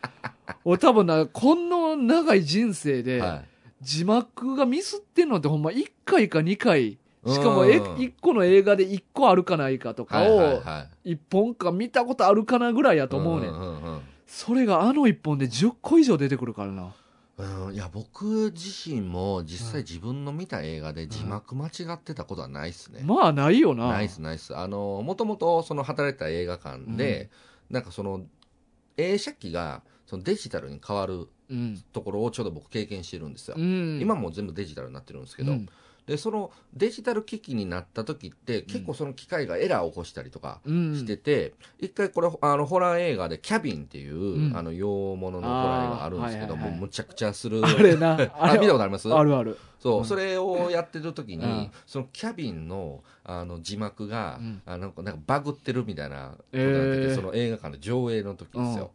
Speaker 2: (laughs)
Speaker 1: 俺多分な、この長い人生で、
Speaker 2: は
Speaker 1: 字幕がミスってんのってほんま1回か2回。
Speaker 2: い。
Speaker 1: しかもえ
Speaker 2: うん
Speaker 1: 1個の映画で1個あるかないかとか
Speaker 2: はいはい
Speaker 1: を、
Speaker 2: はい。
Speaker 1: 1本か見たことあるかなぐらいやと思うねん。
Speaker 2: んうん
Speaker 1: それがあの1本で10個以上出てくるからな。
Speaker 2: うんうんいや僕自身も実際自分の見た映画で字幕間違ってたことはないっすね、
Speaker 1: まあないよな。
Speaker 2: ないっすないっすあのもともとその働いてた映画館で、なんかその映写機がそのデジタルに変わる
Speaker 1: うん。
Speaker 2: ところをちょうど僕経験してるんですよ、
Speaker 1: うん。
Speaker 2: 今もう全部デジタルになってるんですけど、
Speaker 1: うん
Speaker 2: でそのデジタル機器になった時って結構その機械がエラーを起こしたりとか
Speaker 1: うん
Speaker 2: してて、一回これあのホラー映画で「キャビン」っていう、
Speaker 1: うん
Speaker 2: あの洋物のホラー映画があるんですけど
Speaker 1: あーはいはいはい
Speaker 2: もうむちゃくちゃする。
Speaker 1: あれな
Speaker 2: (laughs) あ見たことあります
Speaker 1: あるある。
Speaker 2: そう、
Speaker 1: うん
Speaker 2: それをやってる時に、
Speaker 1: うん
Speaker 2: そのキャビンのあの字幕が、
Speaker 1: うん
Speaker 2: あなんかなんかバグってるみたいなことになってて、
Speaker 1: えー
Speaker 2: その映画館の上映の時ですよ、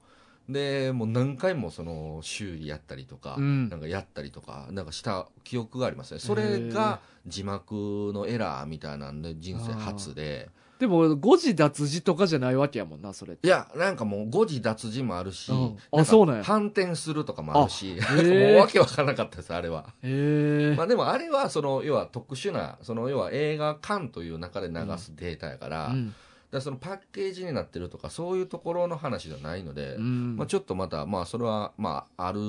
Speaker 2: でもう何回もその修理やったりとか、
Speaker 1: うん
Speaker 2: なんかやったりとかなんかした記憶がありますねそれが字幕のエラーみたいなんで人生初で
Speaker 1: でも、誤字脱字とかじゃないわけやもんな、それって。
Speaker 2: いやなんかもう誤字脱字もあるし、
Speaker 1: うんあ
Speaker 2: なんか
Speaker 1: そうなんや
Speaker 2: 反転するとか (laughs) もあるし
Speaker 1: あへー
Speaker 2: もうわけわからなかったですあれは。
Speaker 1: へえ。
Speaker 2: まあでもあれはその要は特殊なその要は映画館という中で流すデータやから,、
Speaker 1: う
Speaker 2: だか
Speaker 1: ん
Speaker 2: らそのパッケージになってるとかそういうところの話じゃないので、
Speaker 1: うん
Speaker 2: まあ、ちょっとまたまあそれはまあある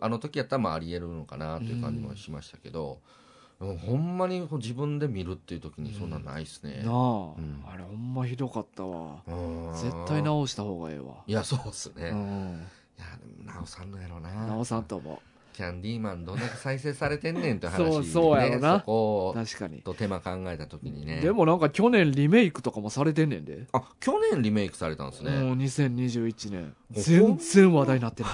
Speaker 2: あの時やったらまあありえるのかなという感じもしましたけど、でもほんまにこう自分で見るっていう時にそんなんないですね、
Speaker 1: なあ、
Speaker 2: うん
Speaker 1: あれほんまひどかったわ
Speaker 2: うん
Speaker 1: 絶対直した方がええわ
Speaker 2: いやそうっすね、
Speaker 1: うん
Speaker 2: いやでも直さんのやろうな
Speaker 1: 直さんとも
Speaker 2: キャンディーマンどんだけ再生されてんねんって話、ね、
Speaker 1: そうそうやろな
Speaker 2: そこを
Speaker 1: 確かに、
Speaker 2: と手間考えた時にね
Speaker 1: でもなんか去年リメイクとかもされてんねんで、
Speaker 2: あ去年リメイクされたんですね、
Speaker 1: もう2021年
Speaker 2: ほん
Speaker 1: 全然話題になってない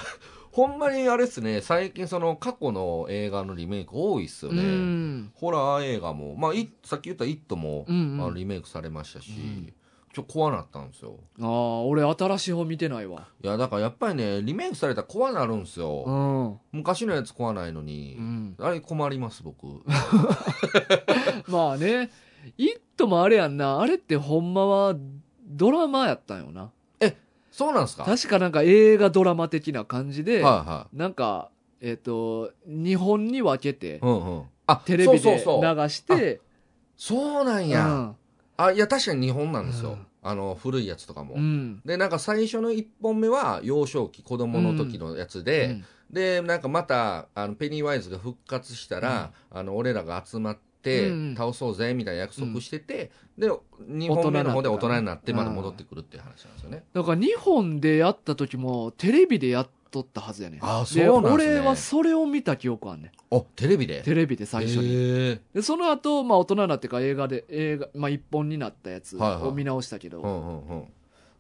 Speaker 2: ほんまにあれっすね最近その過去の映画のリメイク多いっすよ
Speaker 1: う
Speaker 2: ね、
Speaker 1: ん
Speaker 2: ホラー映画も、まあ、いさっき言った「イット!」も、
Speaker 1: うんうん
Speaker 2: あリメイクされましたし、
Speaker 1: うん
Speaker 2: ちょ怖なったんですよ
Speaker 1: ああ俺新しい方見てないわ
Speaker 2: いやだからやっぱりねリメイクされたら怖なるんですよ、
Speaker 1: うん、う
Speaker 2: 昔のやつ怖ないのに、
Speaker 1: ん、
Speaker 2: あれ困ります僕
Speaker 1: まあね「イット!」もあれやんなあれってほんまはドラマやったんよな
Speaker 2: そうなんすか
Speaker 1: 確かなんか映画ドラマ的な感じで、
Speaker 2: はいはい
Speaker 1: なんか、えっ、と、日本に分けて、
Speaker 2: うんうんあ
Speaker 1: テレビ
Speaker 2: そ
Speaker 1: で
Speaker 2: う
Speaker 1: 流
Speaker 2: そうそう
Speaker 1: して、
Speaker 2: そうなん
Speaker 1: う
Speaker 2: や、
Speaker 1: ん
Speaker 2: あいや確かに日本なんですよ、
Speaker 1: うん
Speaker 2: あの古いやつとかも、
Speaker 1: うん。
Speaker 2: でなんか最初の1本目は幼少期子供の時のやつで、
Speaker 1: うん
Speaker 2: でなんかまたあのペニー・ワイズが復活したら、あの俺らが集まって
Speaker 1: うん
Speaker 2: 倒そうぜみたいな約束してて、で2本目の方で大人になってまた戻ってくるっていう話なんですよね。
Speaker 1: だから日本でやった時も、テレビでやっとったはずやねん。
Speaker 2: ああ
Speaker 1: で、
Speaker 2: そうなんですね
Speaker 1: 俺はそれを見た記憶あんねん。
Speaker 2: おテレビで
Speaker 1: テレビで最初に。
Speaker 2: へ
Speaker 1: で、その後、まあ大人になってから映画で、映画、まあ一本になったやつ
Speaker 2: はいはい
Speaker 1: を見直したけど、
Speaker 2: ーうんうんうん、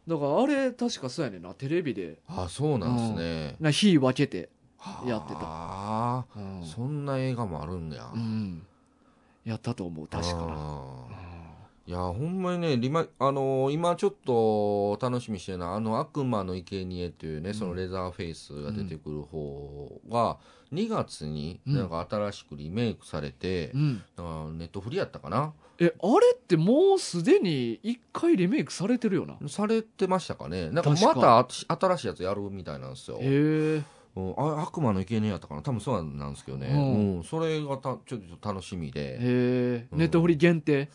Speaker 1: だからあれ確かそうやねんな、テレビで、
Speaker 2: あそうなんですね。
Speaker 1: な、日分けて、うんやってた
Speaker 2: あ
Speaker 1: う
Speaker 2: ー
Speaker 1: ん。
Speaker 2: そんな映画もあるんだよ。
Speaker 1: うんやったと思う、確か
Speaker 2: あー
Speaker 1: な。
Speaker 2: いやほんまにねリマ、あのー今ちょっと楽しみにしてるのはあの「悪魔の生贄っていうね、そのレザーフェイスが出てくる方が2月に
Speaker 1: うん
Speaker 2: なんか新しくリメイクされて、
Speaker 1: うん。
Speaker 2: あネットフリやったかな
Speaker 1: えあれってもうすでに一回リメイクされてるよなへ
Speaker 2: されてましたかねなんかま
Speaker 1: 確か
Speaker 2: たあ新しいやつやるみたいなんですよ、
Speaker 1: え
Speaker 2: うん、あ悪魔の生贄やったかな多分そうなんですけどね、う
Speaker 1: うんん
Speaker 2: それがたちょっと楽しみ
Speaker 1: へ
Speaker 2: で
Speaker 1: え
Speaker 2: うん
Speaker 1: ネットフリ限定、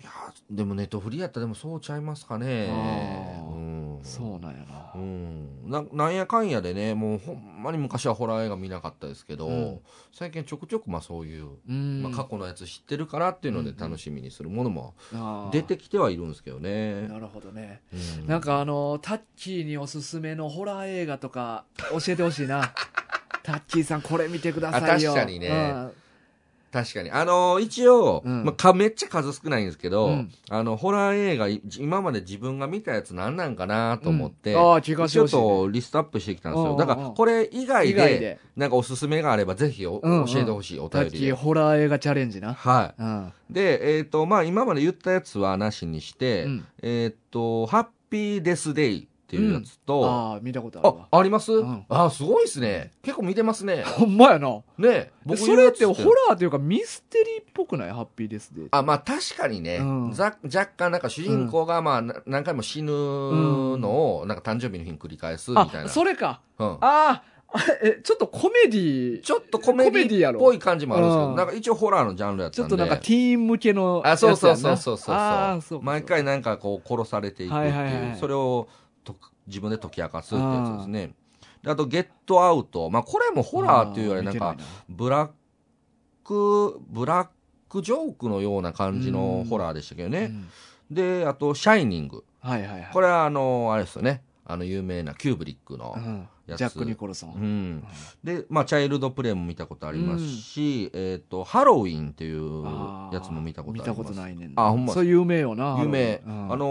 Speaker 2: いやでもネットフリやったらでもそうちゃいますかね
Speaker 1: あー
Speaker 2: うん
Speaker 1: そうなんやな
Speaker 2: うん、ななんやかんやでねもうほんまに昔はホラー映画見なかったですけど、
Speaker 1: うん
Speaker 2: 最近ちょくちょくまあそういう、
Speaker 1: うん、
Speaker 2: まあ、過去のやつ知ってるからっていうので楽しみにするものも
Speaker 1: あー
Speaker 2: 出てきてはいるんですけどね、
Speaker 1: なるほどね
Speaker 2: うん
Speaker 1: なんかあのタッキーにおすすめのホラー映画と
Speaker 2: (laughs)
Speaker 1: か教えてほしいなタッキーさんこれ見てくださいよ
Speaker 2: あ確かにね
Speaker 1: うん
Speaker 2: 確かに。あのー一応、
Speaker 1: うん
Speaker 2: まあか、めっちゃ数少ないんですけど、
Speaker 1: うん
Speaker 2: あの、ホラー映画、い今まで自分が見たやつ何なんかなと思って、
Speaker 1: うんああ気がして
Speaker 2: ち
Speaker 1: ほ
Speaker 2: ょっ
Speaker 1: しいね
Speaker 2: とリストアップしてきたんです
Speaker 1: うんう
Speaker 2: よ。
Speaker 1: んう
Speaker 2: だ
Speaker 1: ん
Speaker 2: から、これ以外
Speaker 1: 以外
Speaker 2: で
Speaker 1: で、
Speaker 2: なんかおすすめがあれば、ぜひお
Speaker 1: うんうん
Speaker 2: 教えてほしい、お
Speaker 1: さっ
Speaker 2: 便り
Speaker 1: き
Speaker 2: で。
Speaker 1: ホラー映画チャレンジな。
Speaker 2: は
Speaker 1: うん。
Speaker 2: い。で、えっ、と、まあ、今まで言ったやつはなしにして、
Speaker 1: うん
Speaker 2: えっ、と、ハッピーデスデイっていうやつと、
Speaker 1: ああ、見たことある
Speaker 2: あ
Speaker 1: わ、。
Speaker 2: あります、
Speaker 1: うん
Speaker 2: あ、すごいですね。結構見てますね。
Speaker 1: ほんまやな。
Speaker 2: ね僕
Speaker 1: それって
Speaker 2: 言う
Speaker 1: ホ
Speaker 2: やつ
Speaker 1: ラーというかミステリーっぽくないハッピーデスデー
Speaker 2: あ、まあ確かにね、
Speaker 1: うん
Speaker 2: ざ若干なんか主人公がまあな何回も死ぬのを、なんか誕生日の日に繰り返すみたいな。
Speaker 1: あ、それか。
Speaker 2: うん
Speaker 1: ああ、え、ちょっとコメディ
Speaker 2: ちょっとコメデ
Speaker 1: コメディ
Speaker 2: ィ
Speaker 1: や
Speaker 2: っ
Speaker 1: ろ
Speaker 2: ぽい感じもあるんですけ
Speaker 1: う
Speaker 2: ど、
Speaker 1: ん
Speaker 2: なんか一応ホラーのジャンルやった
Speaker 1: ちょ
Speaker 2: ん
Speaker 1: っと
Speaker 2: で。
Speaker 1: なんかティーン向けの
Speaker 2: あ、そうそうそう
Speaker 1: やつ
Speaker 2: そうそうそう
Speaker 1: やんなあーそうか
Speaker 2: 毎回なんかこう殺されていくっていう、
Speaker 1: はいはいはい
Speaker 2: それをと自分で解き明かすってやつですね。であと、ゲットアウト。まあこれもホラーっていうよりなん
Speaker 1: あ
Speaker 2: か
Speaker 1: ー見て、
Speaker 2: ブラック、ブラックジョークのような感じのホラーでしたけど
Speaker 1: ない
Speaker 2: ね。
Speaker 1: な
Speaker 2: で、あと、シャイニン
Speaker 1: う
Speaker 2: グ。
Speaker 1: んはいはいはい
Speaker 2: これはあの、あれですよね。あの、有名なキューブリックの
Speaker 1: う。ん
Speaker 2: やつ
Speaker 1: ジャック・ニコルソン、
Speaker 2: うん。で、まあ、チャイルドプレイも見たことありますし、えっ、と、ハロウィンっていう
Speaker 1: あー
Speaker 2: やつも見たことあります。
Speaker 1: 見たことないね
Speaker 2: あほんま
Speaker 1: そう有名よな
Speaker 2: 有名。
Speaker 1: うん
Speaker 2: あの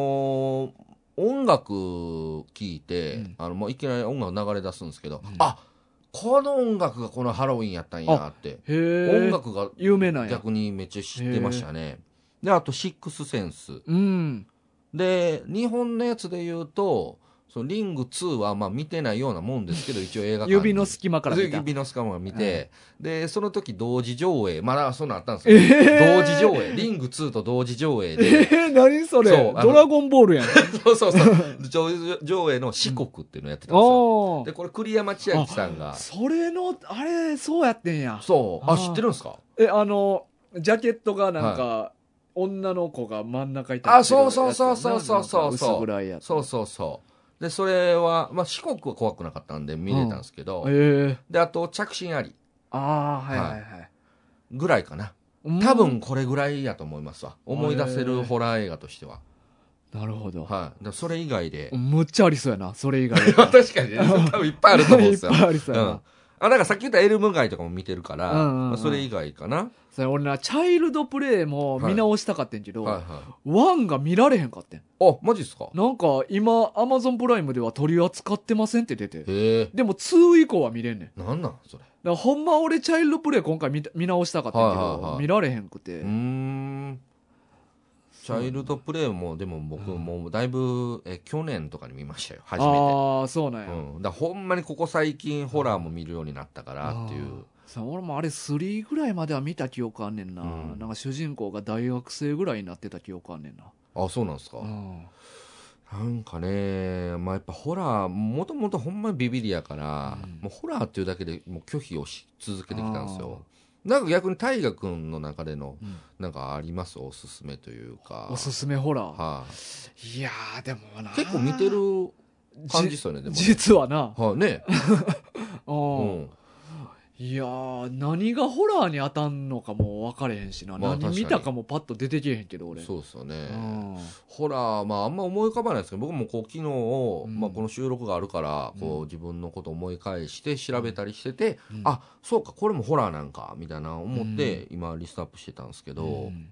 Speaker 2: ー音楽聴いて、
Speaker 1: うん
Speaker 2: あの、もういきなり音楽流れ出すんですけど、
Speaker 1: ん
Speaker 2: あこの音楽がこのハロウィンやったんやって。
Speaker 1: へえ
Speaker 2: 音楽が
Speaker 1: 有名なんや
Speaker 2: 逆にめっちゃ知ってましたね。で、あと、シックスセンス。
Speaker 1: うん
Speaker 2: で、日本のやつで言うと、そのリング2はまあ見てないようなもんですけ
Speaker 1: (laughs)
Speaker 2: ど、一応映画館に
Speaker 1: 指の隙間から見た
Speaker 2: 指の隙間から見て、で、その時同時上映、まだそんなんあったんです
Speaker 1: え
Speaker 2: よ。
Speaker 1: ー
Speaker 2: 同時上映、リング2と同時上映
Speaker 1: え (laughs)
Speaker 2: で、
Speaker 1: ー、何それ
Speaker 2: そうあ
Speaker 1: ド
Speaker 2: の
Speaker 1: ラゴンボールやんあ
Speaker 2: (laughs) そうそうそう、同時上映の四国っていうのをやってたんですよ。で、
Speaker 1: あ
Speaker 2: これ栗山千明さんが、
Speaker 1: それのあれそうやってんや
Speaker 2: そう、
Speaker 1: あ
Speaker 2: あ、
Speaker 1: ー
Speaker 2: 知ってるんですか
Speaker 1: えあのジャケットがなんか、女の子が真ん中いた
Speaker 2: あそうそうそうそうそうそうそう
Speaker 1: 薄暗いやつ
Speaker 2: そうそうそう。で、それは、まあ四国は怖くなかったんで見れたんですけど、
Speaker 1: ええ
Speaker 2: で、あと着信あり
Speaker 1: ああはいはいはい、
Speaker 2: ぐらいかな。
Speaker 1: うん
Speaker 2: 多分これぐらいやと思いますわ思い出せるホラー映画としては、
Speaker 1: なるほど、
Speaker 2: はい、だからそれ以外で、
Speaker 1: むっちゃありそうやなそれ以外
Speaker 2: (laughs) 確かにね多分いっぱいあると思うん
Speaker 1: い
Speaker 2: で
Speaker 1: っ
Speaker 2: す
Speaker 1: ぱ
Speaker 2: よ、、
Speaker 1: (laughs) いありそううんやな、
Speaker 2: あだからさっき言ったエルム街とかも見てるから、
Speaker 1: うんうんうん
Speaker 2: まあそれ以外かな、
Speaker 1: それ俺なチャイルドプレイも見直したかってんけど、
Speaker 2: はいはい
Speaker 1: ワンが見られへんかってん
Speaker 2: あマジっすか
Speaker 1: なんか今アマゾンプライムでは取り扱ってませんって出て
Speaker 2: へえ
Speaker 1: でも2以降は見れんねんだか
Speaker 2: なんなんそれ
Speaker 1: らほんま俺チャイルドプレイ今回見た見直したかったんやけど、
Speaker 2: はいはいはい
Speaker 1: 見られへんくて、
Speaker 2: うーんチャイルドプレイもでも僕もうだいぶえ去年とかに見ましたよ初め
Speaker 1: ああそうなん
Speaker 2: て、
Speaker 1: や、
Speaker 2: うん、だからほんまにここ最近ホラーも見るようになったからっていう
Speaker 1: さ俺もあれ3ぐらいまでは見た記憶あんねんな、
Speaker 2: うん
Speaker 1: なんか主人公が大学生ぐらいになってた記憶あんねんな、
Speaker 2: あそうなんですか、
Speaker 1: うん
Speaker 2: なんかね、まあ、やっぱホラー、もともとほんまにビビりやから、
Speaker 1: うん
Speaker 2: もうホラーっていうだけでもう拒否をし続けてきたんですよ。なんか逆に大河君の中での、
Speaker 1: うん
Speaker 2: なんかありますおすすめというか。
Speaker 1: おすすめホラー
Speaker 2: はい
Speaker 1: いやーでもな
Speaker 2: 結構見てる感じっ
Speaker 1: じ
Speaker 2: すよね、でもね、
Speaker 1: 実はな、
Speaker 2: はい、ね。う
Speaker 1: うん
Speaker 2: ん。
Speaker 1: いやー何がホラーに当たんのかも分かれへんしな、
Speaker 2: まあ
Speaker 1: 何見たかもパッと出てけえへんけど俺
Speaker 2: そうっすよ
Speaker 1: う
Speaker 2: ね。
Speaker 1: ん
Speaker 2: ホラー、まああんま思い浮かばないですけど、僕もこう昨日、
Speaker 1: うん
Speaker 2: まあこの収録があるから、こう自分のこと思い返して調べたりしてて、
Speaker 1: うん
Speaker 2: あそうかこれもホラーなんかみたいな思って、
Speaker 1: う
Speaker 2: 今リストアップしてたんですけ
Speaker 1: う
Speaker 2: ど、
Speaker 1: ん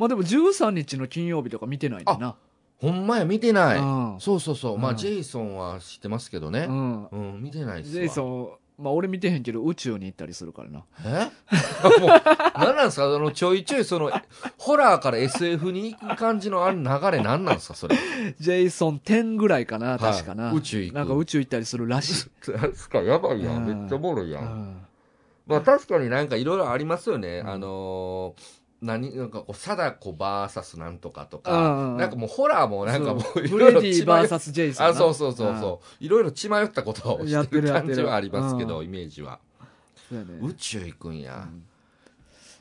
Speaker 1: まあでも13日の金曜日とか見てないんだな
Speaker 2: ほんまや見てない、
Speaker 1: うん
Speaker 2: そうそうそう、ま
Speaker 1: う
Speaker 2: あ
Speaker 1: ん
Speaker 2: ジェイソンは知ってますけどね
Speaker 1: う、ん
Speaker 2: うん見てないっすわ
Speaker 1: ジェイソンまあ俺見てへんけど宇宙に行ったりするからな (laughs)
Speaker 2: え (laughs) もう何なんですかあのちょいちょいそのホラーから SF に行く感じのあの流れ何なんですかそれ
Speaker 1: ジェイソン10ぐらいかな確かな、
Speaker 2: はい宇宙行く
Speaker 1: なんか宇宙行ったりするらしい、
Speaker 2: (laughs) ですかやばい
Speaker 1: やんめっちゃお
Speaker 2: ボロいうや
Speaker 1: ん
Speaker 2: まあ確かになんかいろいろありますよね。
Speaker 1: うん
Speaker 2: あのー何、なんかこう、貞子バーサスなんとかと
Speaker 1: うんうんう
Speaker 2: か、
Speaker 1: ん
Speaker 2: なんかもうホラーもなんかも
Speaker 1: そう
Speaker 2: うい
Speaker 1: フ
Speaker 2: ろい
Speaker 1: レ
Speaker 2: ろ
Speaker 1: ディ
Speaker 2: 迷っ
Speaker 1: VS ジェイソンな
Speaker 2: あ、そうそうそうそう。いろいろ血迷ったことを
Speaker 1: や
Speaker 2: し
Speaker 1: ってて
Speaker 2: る
Speaker 1: るやって
Speaker 2: 感
Speaker 1: る
Speaker 2: じはありますけど、
Speaker 1: う
Speaker 2: イメージは。
Speaker 1: そうやね
Speaker 2: 宇宙行くん
Speaker 1: う
Speaker 2: や。
Speaker 1: ん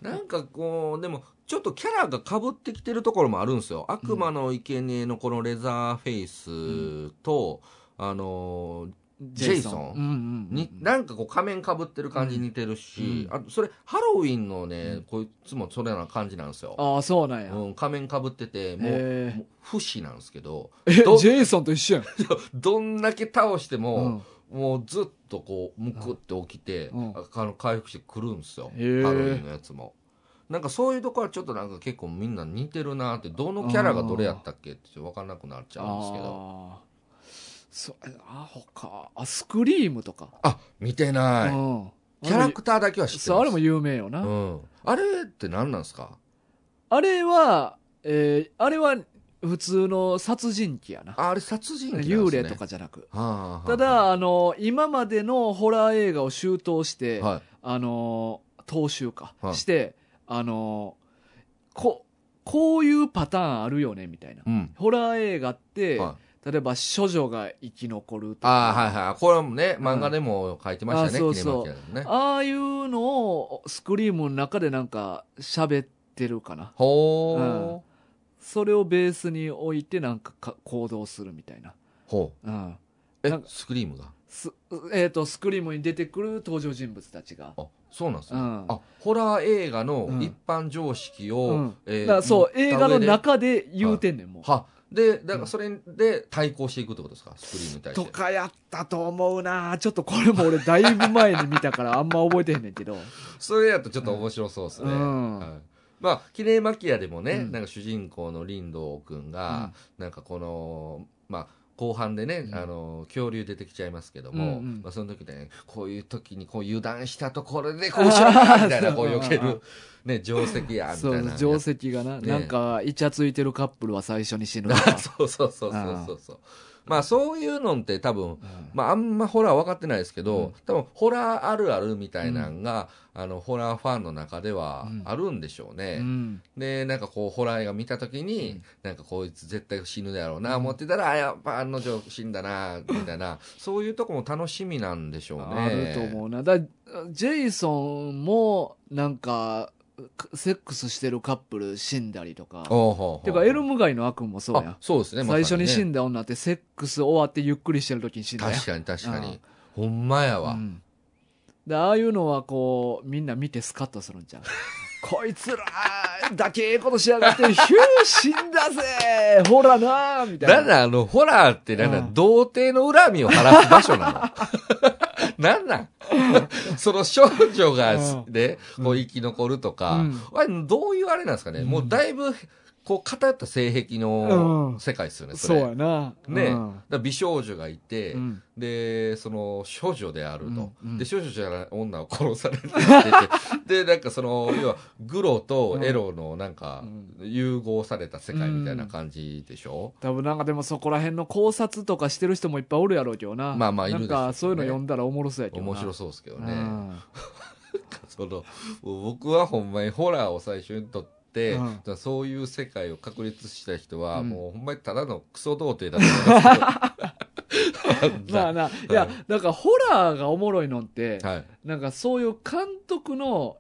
Speaker 2: なんかこう、でも、ちょっとキャラが被ってきてるところもあるんですよ。悪魔の生贄のこのレザーフェイスと、あのージェイソ
Speaker 1: うん
Speaker 2: ン
Speaker 1: うんうん
Speaker 2: に、なんかこう仮面かぶってる感じに似てるし、
Speaker 1: うん
Speaker 2: あとそれハロウィンのね、
Speaker 1: うん
Speaker 2: こいつもそれな感じなんですよ、
Speaker 1: ああそうなんや、
Speaker 2: うん、仮面かぶっててもう
Speaker 1: え
Speaker 2: もう不死なんですけど
Speaker 1: ーえ
Speaker 2: ど
Speaker 1: ジェイソンと一緒やん、
Speaker 2: どんだけ倒して
Speaker 1: う
Speaker 2: も
Speaker 1: ん、
Speaker 2: もうずっとこうむくって起きて、
Speaker 1: うん
Speaker 2: あの回復してくるんですよ、
Speaker 1: へー
Speaker 2: ハロウィンのやつもなんかそういうとこはちょっとなんか結構みんな似てるなって、どのキャラがどれやったっけって分かんなくなっちゃうんですけど。
Speaker 1: あーそあ他あスクリームとか、
Speaker 2: あ、見てない。
Speaker 1: うん
Speaker 2: キャラクターだけは知って
Speaker 1: そう
Speaker 2: ま
Speaker 1: あ
Speaker 2: す。
Speaker 1: れも有名よな、
Speaker 2: うん。あれって何なんですか
Speaker 1: あれは、えーあれは普通の殺人鬼やな
Speaker 2: ああれ殺人鬼なん
Speaker 1: 幽
Speaker 2: です、ね、
Speaker 1: 霊とかじゃなく
Speaker 2: はあはあはあ。
Speaker 1: ただあの今までのホラー映画を周到して、
Speaker 2: は
Speaker 1: あの踏襲か、
Speaker 2: はい。
Speaker 1: してあのここういうパターンあるよねみたいない
Speaker 2: うん。
Speaker 1: ホラー映画って、
Speaker 2: はい
Speaker 1: 例えば処女が生き残るとか
Speaker 2: ああ、はいはい。これはもうね、漫画でも書いてましたよね、
Speaker 1: うんあ
Speaker 2: 切り
Speaker 1: そうそう
Speaker 2: 巻きやね。
Speaker 1: ああいうのをスクリームの中でなんか喋ってるかな。
Speaker 2: ほう、
Speaker 1: うんそれをベースに置いてなんかか行動するみたいな。
Speaker 2: ほう。
Speaker 1: うん。
Speaker 2: え
Speaker 1: なん、か
Speaker 2: スクリームが。
Speaker 1: すえっ、と、スクリームに出てくる登場人物たちが。
Speaker 2: あ、そうなんです
Speaker 1: う
Speaker 2: ね。
Speaker 1: ん。
Speaker 2: あ、ホラー映画の
Speaker 1: うん
Speaker 2: 一般常識を、
Speaker 1: うんだ
Speaker 2: えー
Speaker 1: からそう、
Speaker 2: 持っ
Speaker 1: 映
Speaker 2: た
Speaker 1: 画の
Speaker 2: 上で
Speaker 1: 中で言うてんねん、もう。
Speaker 2: は、で、だからそれで対抗していくってことですか、スクリームに対して。
Speaker 1: とかやったと思うなちょっとこれも俺だいぶ前に見たからあんま覚えてへんねん
Speaker 2: (laughs)
Speaker 1: けど。
Speaker 2: それやとちょっと面白そうですね。
Speaker 1: うん
Speaker 2: はいまあ、キレイマキアでもね、
Speaker 1: うん
Speaker 2: なんか主人公の林道くんが、なんかこの、まあ、後半でね、
Speaker 1: うん
Speaker 2: あの、恐竜出てきちゃいますけども、
Speaker 1: うんうん
Speaker 2: まあ、その時ね、こういう時にこう油断したところで、こうしようかみたいな、こう避け
Speaker 1: うんうんう
Speaker 2: る、ね、定石や、みた
Speaker 1: そ
Speaker 2: いな
Speaker 1: う、。定石がな、
Speaker 2: ね
Speaker 1: なんか、イチャついてるカップルは最初に死ぬとか。
Speaker 2: (laughs) そうそうそうそうそうそう。まあ、そういうのって多分、
Speaker 1: うん
Speaker 2: まあ、あんまホラー分かってないですけど、
Speaker 1: うん
Speaker 2: 多分ホラーあるあるみたいなんが、あのホラーファンの中では
Speaker 1: うん
Speaker 2: あるんでしょうね、
Speaker 1: うん。
Speaker 2: でなんかこうホラー映画見た時に、
Speaker 1: うん
Speaker 2: なんかこいつ絶対死ぬだろうな、思ってたらあやっぱ案の定死んだなみたいなそういうとこも楽しみなんでしょうね
Speaker 1: あると思うな。だジェイソンも、なんか、セックスしてるカップル死んだりとか。
Speaker 2: おうほうほう
Speaker 1: てか、エルム街の悪夢もそうや
Speaker 2: あ
Speaker 1: ん。
Speaker 2: そうですね,、まさ
Speaker 1: 最初に死
Speaker 2: ね
Speaker 1: んだ女って、セックス終わってゆっくりしてる時に死んだやん
Speaker 2: 確かに確かに、ほんまやわ、
Speaker 1: うんでああいうのは、こう、みんな見てスカッとするん
Speaker 2: (laughs)
Speaker 1: じゃん。こいつら、だけええことしやがって、ヒュー死んだぜほらなみたいな。
Speaker 2: なんなんあの、ホラーってなんなん、
Speaker 1: うん
Speaker 2: 童貞の恨みを晴らす場所な
Speaker 1: (laughs)
Speaker 2: のなんなんその少女が
Speaker 1: う
Speaker 2: ね、こう生き残ると
Speaker 1: う
Speaker 2: か
Speaker 1: ん、
Speaker 2: あれどういうあれなんですかね、
Speaker 1: うん
Speaker 2: もうだいぶ、こう偏った性癖の
Speaker 1: うん
Speaker 2: 世界ですよね、そ
Speaker 1: そう
Speaker 2: れ。
Speaker 1: やな。
Speaker 2: ね、
Speaker 1: う
Speaker 2: だ
Speaker 1: ん
Speaker 2: から美少女がいて、
Speaker 1: うん
Speaker 2: で、その、少女であると。
Speaker 1: うんうん
Speaker 2: で、少女じゃない女を殺されて
Speaker 1: (laughs)
Speaker 2: て、で、なんかその、要は、グロとエロのなんか、融合された世界みたいな感じでしょ、
Speaker 1: 多分なんかでもそこら辺の考察とかしてる人もいっぱいおるやろうけどな。
Speaker 2: まあまあい
Speaker 1: なん
Speaker 2: るでしょうね
Speaker 1: かそういうの読んだらおもろそうやけどな。
Speaker 2: 面白
Speaker 1: そ
Speaker 2: そうですけど
Speaker 1: う
Speaker 2: ね。
Speaker 1: ん
Speaker 2: その僕はほんまにホラーを最初に撮って、
Speaker 1: うん
Speaker 2: だからそういう世界を確立した人は、
Speaker 1: うん
Speaker 2: もうほんまにただのクソ童貞だと思いますけど
Speaker 1: (laughs) まあな、いや、なんかホラーがおもろいのって、
Speaker 2: はい。
Speaker 1: なんかそういう監督の、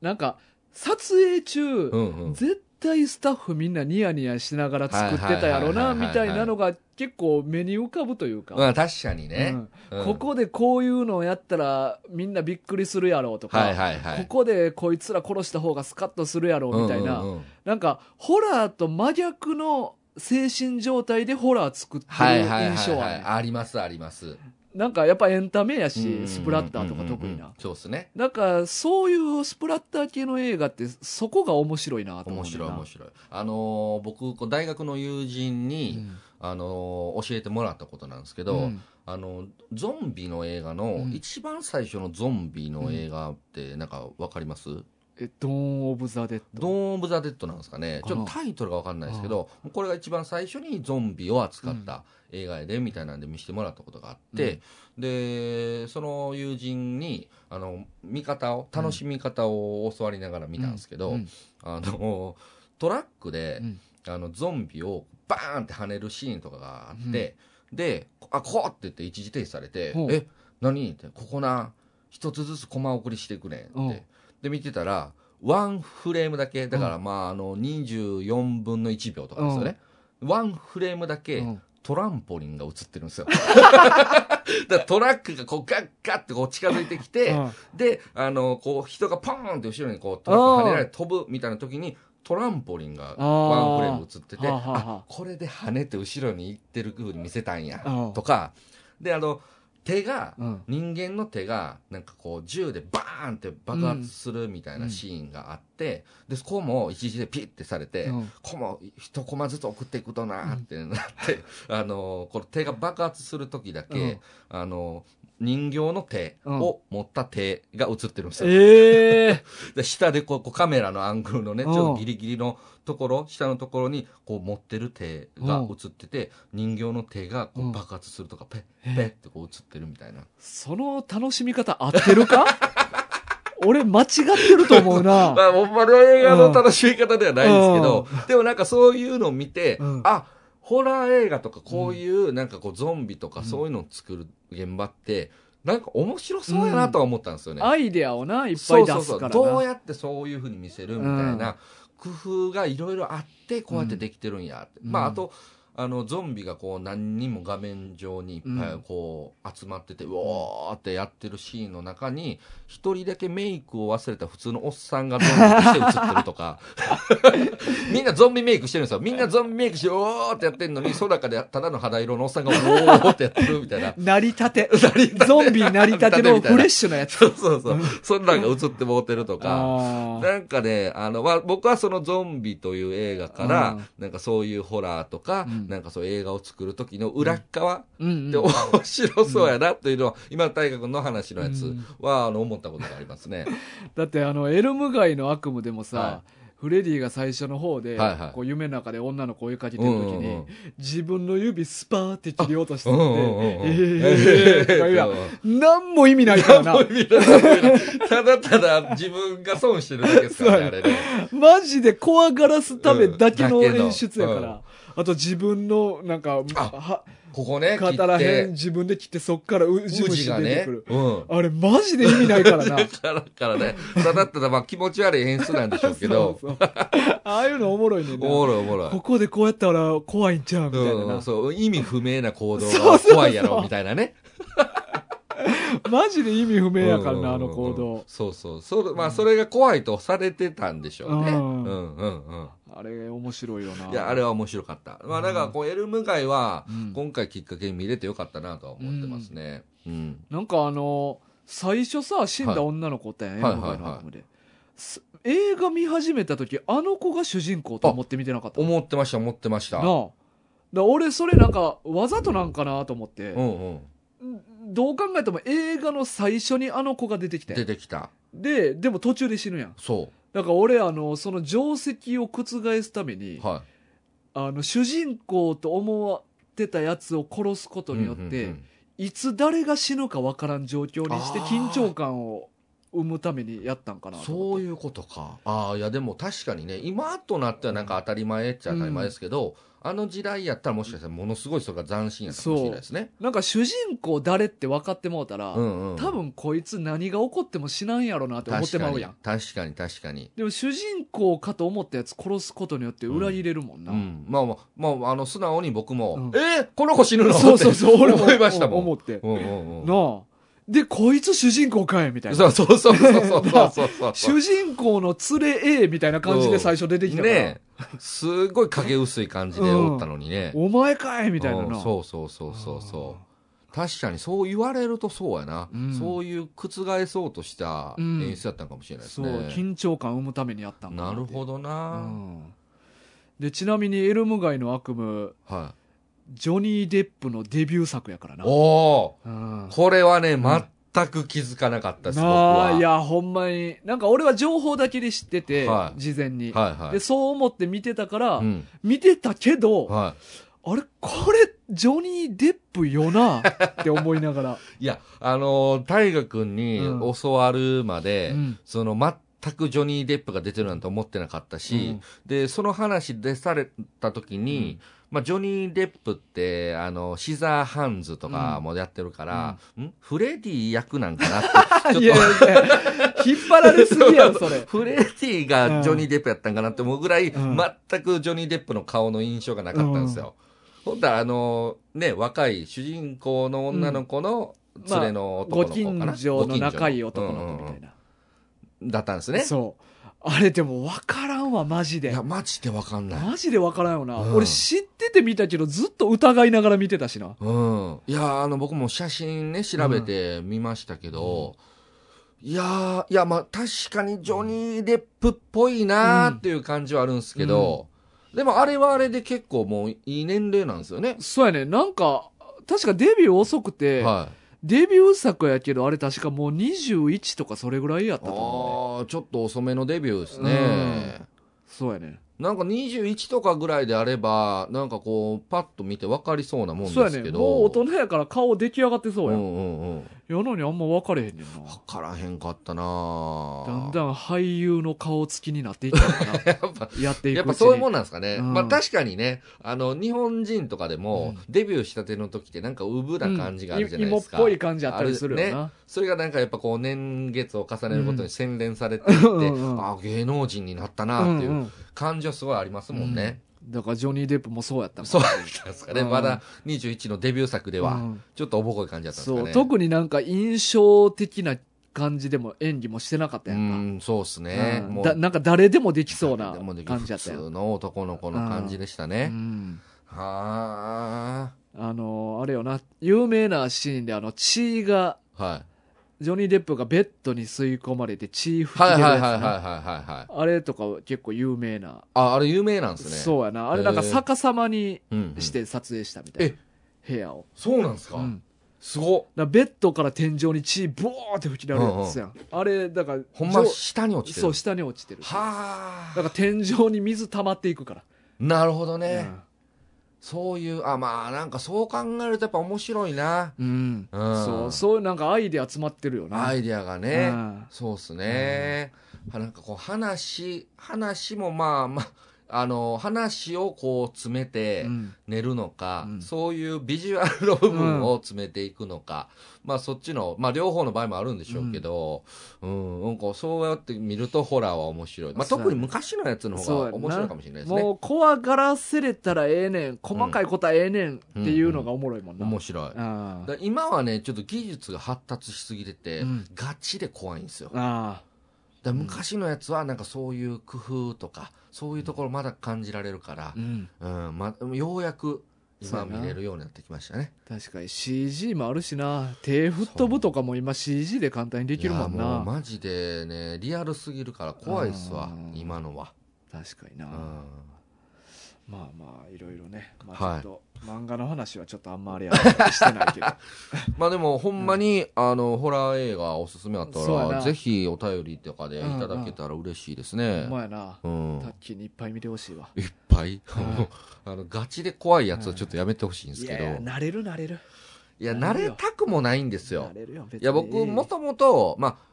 Speaker 1: なんか撮影中、
Speaker 2: うんうん。
Speaker 1: 絶対スタッフみんなニヤニヤしながら作ってたやろな、
Speaker 2: はいはいはいはいはい
Speaker 1: みたいなのが結構目に浮かぶというか。
Speaker 2: まあ確かに
Speaker 1: う
Speaker 2: ね。
Speaker 1: ん
Speaker 2: うん
Speaker 1: ここでこういうのをやったらみんなびっくりするやろうとか、
Speaker 2: はいはいはい。
Speaker 1: ここでこいつら殺した方がスカッとするやろうみたいな、
Speaker 2: うんうんうん
Speaker 1: なんか、ホラーと真逆の精神状態でホラー作ってる
Speaker 2: はいはいはい
Speaker 1: 印象は
Speaker 2: は
Speaker 1: ね
Speaker 2: い。ありますあります。
Speaker 1: なんかやっぱエンタメや
Speaker 2: うん
Speaker 1: し、スプラッターとか特
Speaker 2: う
Speaker 1: に
Speaker 2: んうんうん
Speaker 1: な。
Speaker 2: そうですね。
Speaker 1: なんか、そういうスプラッター系の映画って、そこが面白いなと思う。
Speaker 2: 面白い面白い。あのー僕、こう大学の友人に、あのー教えてもらったことなんですけど、
Speaker 1: うん
Speaker 2: あのゾンビの映画の、
Speaker 1: うん
Speaker 2: 一番最初のゾンビの映画ってなんかわかります、
Speaker 1: え、ドーン・オブ・ザ・デッ
Speaker 2: ドー
Speaker 1: ド。
Speaker 2: ン・オブ・ザ・デッドなんですかねち
Speaker 1: かな
Speaker 2: ょっとタイトルがわかんないですけどこれが一番最初にゾンビを扱った映画やでみたいなんで見せてもらったことがあって、でその友人にあの見方を楽しみ方を教わりながら見たんですけど、
Speaker 1: うん
Speaker 2: あのトラックで、
Speaker 1: うん
Speaker 2: あのゾンビをバーンって跳ねるシーンとかがあって、で「あこう!」って言って一時停止されて
Speaker 1: ほ
Speaker 2: 「
Speaker 1: う
Speaker 2: え何?」って「ここな一つずつコマ送りしていくねん」
Speaker 1: うん
Speaker 2: ってで見てたらワンフレームだけだからまああの24分の1秒とかですよね、ワンフレームだけ、
Speaker 1: うん
Speaker 2: トランポリンが映って
Speaker 1: (laughs)
Speaker 2: るんですよ。だからトラックがこうガッガッてこう近づいてきて、
Speaker 1: うん
Speaker 2: で、あの、こう、人がポーンって後ろにこう、トラック跳ねられて飛ぶみたいな時に、トランポリンが
Speaker 1: あー
Speaker 2: ワンフレーム映ってて、
Speaker 1: はあはあはあ
Speaker 2: あ、これで跳ねて後ろに行ってる風に見せたんや
Speaker 1: うん、
Speaker 2: とか、で、あの、手が、
Speaker 1: うん
Speaker 2: 人間の手が、なんかこう、銃でバーンって爆発するみたいなシーンがあって、で、そこも一時でピッてされて、
Speaker 1: うん
Speaker 2: こも一コマずつ送っていくとなーってなって、 (laughs) あのー、この手が爆発する時だけ、
Speaker 1: うん
Speaker 2: あのー、人形の手を持った手が映ってるんですよ。
Speaker 1: ええ
Speaker 2: で下でこうこうカメラのアングルのね、ちょっ
Speaker 1: う
Speaker 2: と
Speaker 1: ん
Speaker 2: ギリギリのところ、下のところにこう持ってる手が映ってて、人形の手がこ
Speaker 1: うん
Speaker 2: う爆発するとか、ペッ、ペッってこう映ってるみたいな。
Speaker 1: その楽しみ方合ってるか俺間違ってると思うな。
Speaker 2: まあ、ほんまの映画の楽しみ方ではないんですけど、でもなんかそういうのを見て、
Speaker 1: うん
Speaker 2: あ、ホラー映画とかこういうなんかこうゾンビとかそういうのを作る現場って、なんか面白そうやなとは思ったんですよね。
Speaker 1: アイデアをないっぱ
Speaker 2: そ
Speaker 1: いう出
Speaker 2: そう
Speaker 1: す
Speaker 2: そ
Speaker 1: から
Speaker 2: う。
Speaker 1: な。
Speaker 2: どうやってそういうふうに見せるみたいな工夫がいろいろあって、こうやってできてるんやって。
Speaker 1: うん
Speaker 2: まあ、あと、あの、ゾンビがこう何人も画面上にいっぱいこう集まってて、うおーってやってるシーンの中に、一人だけメイクを忘れた普通のおっさんがゾンビとして映ってるとか、 (laughs) みんなゾンビメイクしてるんですよ。みんなゾンビメイクして、おーってやってるのに、空中でただの肌色のおっさんがおーってやってるみたいな。
Speaker 1: 成り立て。 (laughs) ゾンビ成り立てのフレッシュなやつ。
Speaker 2: そうそうそう。そんなんが映ってもうてるとか。
Speaker 1: あー
Speaker 2: なんかね、あの、わ僕はそのゾンビという映画から、
Speaker 1: うん
Speaker 2: なんかそういうホラーとか、
Speaker 1: うん
Speaker 2: なんかそう映画を作る時の裏っ側
Speaker 1: うん
Speaker 2: で
Speaker 1: うん。
Speaker 2: (laughs) 面白そうやなというのは、今の大学の話のや
Speaker 1: う
Speaker 2: つ
Speaker 1: ん
Speaker 2: は、あの、思ったことがありますね。
Speaker 1: だってあの、エルム街の悪夢でもさ、
Speaker 2: は
Speaker 1: フレディが最初の方で、
Speaker 2: はいはい
Speaker 1: こう夢の中で女の子を追いかけてる時に、
Speaker 2: うんうんうん
Speaker 1: 自分の指スパーって切り落として
Speaker 2: う
Speaker 1: っ
Speaker 2: ん
Speaker 1: て、
Speaker 2: うんうんうん
Speaker 1: えー、とか言うやん。なんも意味ないからな。
Speaker 2: (laughs) ただただ自分が損してるだけですからね、あれね。
Speaker 1: マジで怖がらすためだけの
Speaker 2: うんだけの
Speaker 1: 演出やから。
Speaker 2: うん
Speaker 1: あと自分の、なんか、
Speaker 2: あ
Speaker 1: は、
Speaker 2: ここね、切
Speaker 1: 肩ら
Speaker 2: っ
Speaker 1: へん
Speaker 2: て、
Speaker 1: 自分で切ってそっからうじ
Speaker 2: 無
Speaker 1: む
Speaker 2: 地
Speaker 1: し
Speaker 2: が
Speaker 1: 出て
Speaker 2: ね
Speaker 1: くる。、
Speaker 2: うん。
Speaker 1: あれマジで意味ないから
Speaker 2: (laughs)
Speaker 1: な。
Speaker 2: だからね、ただただまあ気持ち悪い演出なんでしょうけど、
Speaker 1: (laughs) そうそうああいうのおもろいねんな
Speaker 2: おもろいおもろい。
Speaker 1: ここでこうやったら怖いんちゃうみたいな
Speaker 2: うん、
Speaker 1: な。
Speaker 2: そう、意味不明な行
Speaker 1: そ
Speaker 2: 動
Speaker 1: うそう
Speaker 2: が
Speaker 1: そう
Speaker 2: 怖いやろ、みたいなね。
Speaker 1: (laughs) マジで意味不明やから
Speaker 2: うんうんうん
Speaker 1: な、あの行動。
Speaker 2: そうそう。それ、まあ、それが怖いとされてたんでしょうね。
Speaker 1: う
Speaker 2: うんんうんうん。
Speaker 1: あれ面白いよな。
Speaker 2: いや、あれは面白かった。まあ、だから、こう、エルム街は
Speaker 1: うん、
Speaker 2: 今回きっかけに見れてよかったなとは思ってますね。うん。
Speaker 1: なんかあの、最初さ、死んだ女の子おったやん、
Speaker 2: は
Speaker 1: 映
Speaker 2: い
Speaker 1: 画の
Speaker 2: はい
Speaker 1: 番
Speaker 2: はい
Speaker 1: 組で。す映画見始めた時、あの子が主人公と思って見てなかった。な
Speaker 2: 思ってました、思ってました。うん
Speaker 1: あ。だ俺、それなんか、わざとなんかなと思って、
Speaker 2: うん。
Speaker 1: どう考えても映画の最初にあの子が出てきて
Speaker 2: 出。てきた。
Speaker 1: で、でも途中で死ぬやん。
Speaker 2: そ
Speaker 1: だから俺、あの、その定石を覆すために
Speaker 2: う。、は
Speaker 1: あの、主人公と思ってたやつを殺すこ
Speaker 2: い。
Speaker 1: とによって、
Speaker 2: うんうんうん
Speaker 1: いつ誰が死ぬかわからん状況にして
Speaker 2: あー
Speaker 1: 緊張感を生むためにやったんかなと思っ
Speaker 2: そう
Speaker 1: て
Speaker 2: いうことか。ああ、いやでも確かにね、今となってはなんか当たり前っちゃ当たり前ですけど、あの時代やったらもしかしたらものすごいそれが斬新やったかもしれないですね。
Speaker 1: なんか主人公誰って分かってもうたら、
Speaker 2: うんうん。
Speaker 1: 多分こいつ何が起こっても死なんやろなって思ってまうやん
Speaker 2: 確かに確かに
Speaker 1: でも主人公かと思ったやつ殺すことによって裏切れるもん
Speaker 2: 確か
Speaker 1: な、
Speaker 2: に、うん、まあまあ、まあ、あの素直に僕も、
Speaker 1: うん
Speaker 2: えーこの子死ぬの
Speaker 1: (laughs) そうそうそう
Speaker 2: (laughs) って
Speaker 1: 俺も
Speaker 2: 思いましたもん
Speaker 1: 思って、
Speaker 2: うんうんうん
Speaker 1: なあでこいつ主人公かいみたいな
Speaker 2: そうそうそうそうそうそう
Speaker 1: (laughs)
Speaker 2: そうそう
Speaker 1: 主人公の連れ A みたいな感じで最初出てきたから、
Speaker 2: ねえすごい影薄い感じでおったのにね、
Speaker 1: お前かいみたいな
Speaker 2: う
Speaker 1: な、
Speaker 2: んそうそうそうそうそう確かにそう言われるとそうやな、
Speaker 1: うん
Speaker 2: そういう覆そうとした演出だったのかもしれないです
Speaker 1: そう
Speaker 2: ね、
Speaker 1: 緊張感を生むためにやったんだ
Speaker 2: なるほ
Speaker 1: ど、
Speaker 2: ど
Speaker 1: う
Speaker 2: な、
Speaker 1: ん、でちなみに「エルム街の悪夢
Speaker 2: はい」
Speaker 1: ジョニー・デップのデビュー作やからな、
Speaker 2: おお
Speaker 1: うん
Speaker 2: ーこれはね、
Speaker 1: ん
Speaker 2: 全く気づかなかったです、僕
Speaker 1: な
Speaker 2: は
Speaker 1: あいやほんまになんか俺は情報だけで知ってて、
Speaker 2: はい
Speaker 1: 事前に、
Speaker 2: はいはい
Speaker 1: でそう思って見てたから、
Speaker 2: うん
Speaker 1: 見てたけど、
Speaker 2: は
Speaker 1: あれこれジョニー・デップよなって思いなが
Speaker 2: (laughs)
Speaker 1: ら、
Speaker 2: い、いや、あのー、大河君に
Speaker 1: うん
Speaker 2: 教わるまで、
Speaker 1: うん
Speaker 2: その、全くジョニー・デップが出てるなんて思ってなかったし、で、その話出された時に、まあ、ジョニー・デップって、あの、シザーハンズとかもやってるから、んフレディ役なんかな
Speaker 1: (laughs)
Speaker 2: って、ちょっと
Speaker 1: いやいやいや引っ張られすぎやろそれ
Speaker 2: フレディがジョニー・デップやったんかなって思うぐらい、
Speaker 1: うん
Speaker 2: 全くジョニー・デップの顔の印象がなかったんですよ。ほんだら、あのーね、若い主人公の女の子の連れの男
Speaker 1: ご
Speaker 2: の子かな。
Speaker 1: 近所の仲いい男
Speaker 2: ご
Speaker 1: の
Speaker 2: 近
Speaker 1: 子
Speaker 2: 所
Speaker 1: み
Speaker 2: の
Speaker 1: たいな、
Speaker 2: うんうんうんだったんですね。
Speaker 1: そう。あれでも分からんわ、マジ
Speaker 2: い
Speaker 1: で
Speaker 2: や、。マジでわかんない。
Speaker 1: マジで分からんよな。
Speaker 2: うん
Speaker 1: 俺知ってて見たけど、ずっと疑いながら見てたしな。
Speaker 2: うん。いや、あの、僕も写真ね、調べてみましたけど、いやーいや、まあ、確かにジョニー・デップっぽいなーっていう感じはあるんですけど、でもあれはあれで結構もういい年齢なんですよね。
Speaker 1: そうやね。なんか、確かデビュー遅くて、
Speaker 2: はい。
Speaker 1: デビュー作やけど、あれ確かもう21とかそれぐらいやったと思
Speaker 2: ああ、ちょっと遅めのデビューです
Speaker 1: う
Speaker 2: ね。
Speaker 1: うね。そうやね。
Speaker 2: なんか21とかぐらいであれば、なんかこう、パッと見て分かりそうなもんです
Speaker 1: そうや
Speaker 2: け
Speaker 1: ね。
Speaker 2: ど。
Speaker 1: もう大人やから顔出来上がってそう
Speaker 2: う
Speaker 1: や。
Speaker 2: んうんうん。分
Speaker 1: やのにあんま分かれへんねんな。
Speaker 2: からへんかったな
Speaker 1: だ
Speaker 2: ぁ
Speaker 1: んだん俳優の顔つきになっていったのかな。
Speaker 2: (laughs) やっぱ、
Speaker 1: やっていくうちに。
Speaker 2: やっぱそういうもんなんですかね。
Speaker 1: うん
Speaker 2: まあ確かにね、あの、日本人とかでも、デビューしたての時ってなんかうぶな感じがあるじゃないですか。
Speaker 1: うん芋っぽい感じあったりするよな。
Speaker 2: ねそれがなんかやっぱこう年月を重ねることに洗練されていって、
Speaker 1: うんうんうん
Speaker 2: ああ、芸能人になったなって
Speaker 1: ん
Speaker 2: いううん感じはすごいありますもんね。
Speaker 1: だからジョニー・デップもそうやったもん
Speaker 2: そうだったんですかね。
Speaker 1: うん
Speaker 2: まだ21のデビュー作で
Speaker 1: う
Speaker 2: は、
Speaker 1: ん
Speaker 2: ちょっとおぼこい感じだったんです
Speaker 1: そ
Speaker 2: か
Speaker 1: う
Speaker 2: ね。
Speaker 1: 特になんか印象的な感じでも演技もしてなかった
Speaker 2: う
Speaker 1: やんか、
Speaker 2: ん、そうですね。
Speaker 1: うんだなんか誰でもできそうな
Speaker 2: でもできる
Speaker 1: 感じやったやん、
Speaker 2: 普通の男の子の感じでした
Speaker 1: う
Speaker 2: ね。
Speaker 1: ん、
Speaker 2: は
Speaker 1: あのーあれよな有名なシーンであの血が
Speaker 2: あ。はい。
Speaker 1: ジョニー・デップがベッドに吸い込まれて血吹き
Speaker 2: はい
Speaker 1: 出
Speaker 2: は
Speaker 1: る
Speaker 2: い
Speaker 1: や
Speaker 2: は
Speaker 1: つ
Speaker 2: いはいはい
Speaker 1: な
Speaker 2: はいはい。
Speaker 1: あれとか結構有名な、
Speaker 2: あ、あれ有名なんですね。
Speaker 1: そうやなあれなんか逆さまに
Speaker 2: うんうん。
Speaker 1: して撮影したみたいな、
Speaker 2: え
Speaker 1: 部屋を、
Speaker 2: そうなんですか
Speaker 1: うん、
Speaker 2: すごっ。
Speaker 1: だからベッドから天井に血ボーって吹き出るやつやん、あれだから
Speaker 2: ほんま
Speaker 1: 上
Speaker 2: 下に落ちてる。
Speaker 1: そう下に落ちてるだ
Speaker 2: は
Speaker 1: から
Speaker 2: あ。
Speaker 1: 天井に水溜まっていくから、
Speaker 2: なるほどね。そういう、あ、まあなんかそう考えるとやっぱ面白いな。
Speaker 1: うん、
Speaker 2: うん
Speaker 1: そうそういうなんかアイデア詰まってるよな
Speaker 2: アイデアがね。
Speaker 1: うん
Speaker 2: そうっすね。はなんかこう話、話もまあまあ、あの、話をこう詰めて
Speaker 1: うん
Speaker 2: 寝るのか、
Speaker 1: うん
Speaker 2: そういうビジュアルの部分を詰めていくのか、 (laughs) まあそっちの、まあ両方の場合もあるんでしょうけど、うん、うん、こうそうやって見るとホラーは面白い。まあ
Speaker 1: そうやね
Speaker 2: 特に昔のやつの
Speaker 1: そうや
Speaker 2: 方が
Speaker 1: な
Speaker 2: 面白いかもしれないですね。
Speaker 1: もう怖がらせれたらええねん細かいことはええねんっていうのがおもろいもんな、
Speaker 2: 面白い。
Speaker 1: あ
Speaker 2: だ今はね、ちょっと技術が発達しすぎてて、
Speaker 1: うん
Speaker 2: ガチで怖いんですよ。
Speaker 1: あ
Speaker 2: だ昔のやつはなんかそういう工夫とか、そういうところまだ感じられるから
Speaker 1: う、ん
Speaker 2: うん、ま、ようやく
Speaker 1: そうや
Speaker 2: 今
Speaker 1: な
Speaker 2: 見れるようになってきましたね。
Speaker 1: 確かに CG もあるしな手吹っ飛ぶとかも今 CG で簡単にで
Speaker 2: で
Speaker 1: きるもん
Speaker 2: もう
Speaker 1: な
Speaker 2: マジでね、リアルすぎるから怖いっすわ
Speaker 1: う、ん
Speaker 2: 今のは。
Speaker 1: 確かに
Speaker 2: う
Speaker 1: な、
Speaker 2: ん。
Speaker 1: まあまあいろいろね、ま
Speaker 2: は
Speaker 1: あ、
Speaker 2: い
Speaker 1: ちょっと漫画の話はちょっとあんまりあれしてない
Speaker 2: (laughs)
Speaker 1: けど
Speaker 2: まあでも、ほんまに、あの、ホラー映画おすすめあった
Speaker 1: そうや
Speaker 2: ら、
Speaker 1: な
Speaker 2: ぜひお便りとかでいただけたら嬉しいです
Speaker 1: ほ
Speaker 2: ね
Speaker 1: ん。まやな
Speaker 2: うん。
Speaker 1: タッキーにいっぱい見てほしいわ
Speaker 2: いっぱい、
Speaker 1: はい
Speaker 2: (laughs) あの、ガチで怖いやつはちょっとやめてほしいんですけど。
Speaker 1: いやいや慣れる慣れる
Speaker 2: いや、
Speaker 1: な
Speaker 2: 慣
Speaker 1: るよ
Speaker 2: れたくもないんですよ
Speaker 1: 慣。れるよ別に
Speaker 2: いや、僕、もともと、まあ、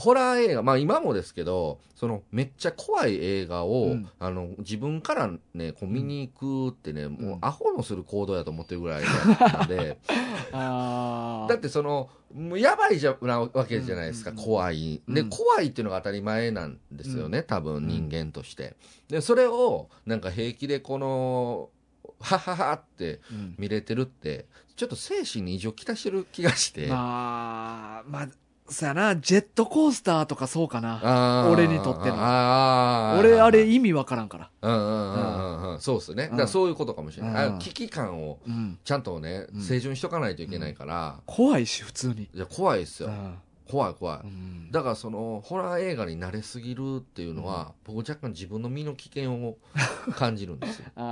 Speaker 2: ホラー映画、まあ今もですけど、その、めっちゃ怖い映画を、
Speaker 1: うん
Speaker 2: あの、自分からね、こう見に行くってね、もうアホのする行動やと思ってるぐらいなんで、
Speaker 1: あ
Speaker 2: だっ
Speaker 1: あ
Speaker 2: てその、もうやばいじゃなわけじゃないですか、
Speaker 1: うんうんうん
Speaker 2: 怖い。で、
Speaker 1: うん
Speaker 2: 怖いっていうのが当たり前なんですよね、多分人間として。で、それを、なんか平気でこの、はははって
Speaker 1: うん
Speaker 2: 見れてるって、ちょっと精神に異常きたしてる気がして。
Speaker 1: まあまあそやなジェットコースターとかそうかな
Speaker 2: あー
Speaker 1: 俺にとっての
Speaker 2: あー
Speaker 1: 俺あれ、意味わからんから
Speaker 2: うんうんうんうんうん、そうですね。だからそういうことかもしれない。
Speaker 1: うん
Speaker 2: あ危機感を
Speaker 1: うん
Speaker 2: ちゃんとね
Speaker 1: う、ん
Speaker 2: 清準しとかないといけないから、
Speaker 1: 怖いし普通に
Speaker 2: いや怖いですよ。怖い怖い。
Speaker 1: うん
Speaker 2: だからその、ホラー映画に慣れすぎるっていうのは、僕若干自分の身の危険を感じるんですよ。
Speaker 1: (laughs) あ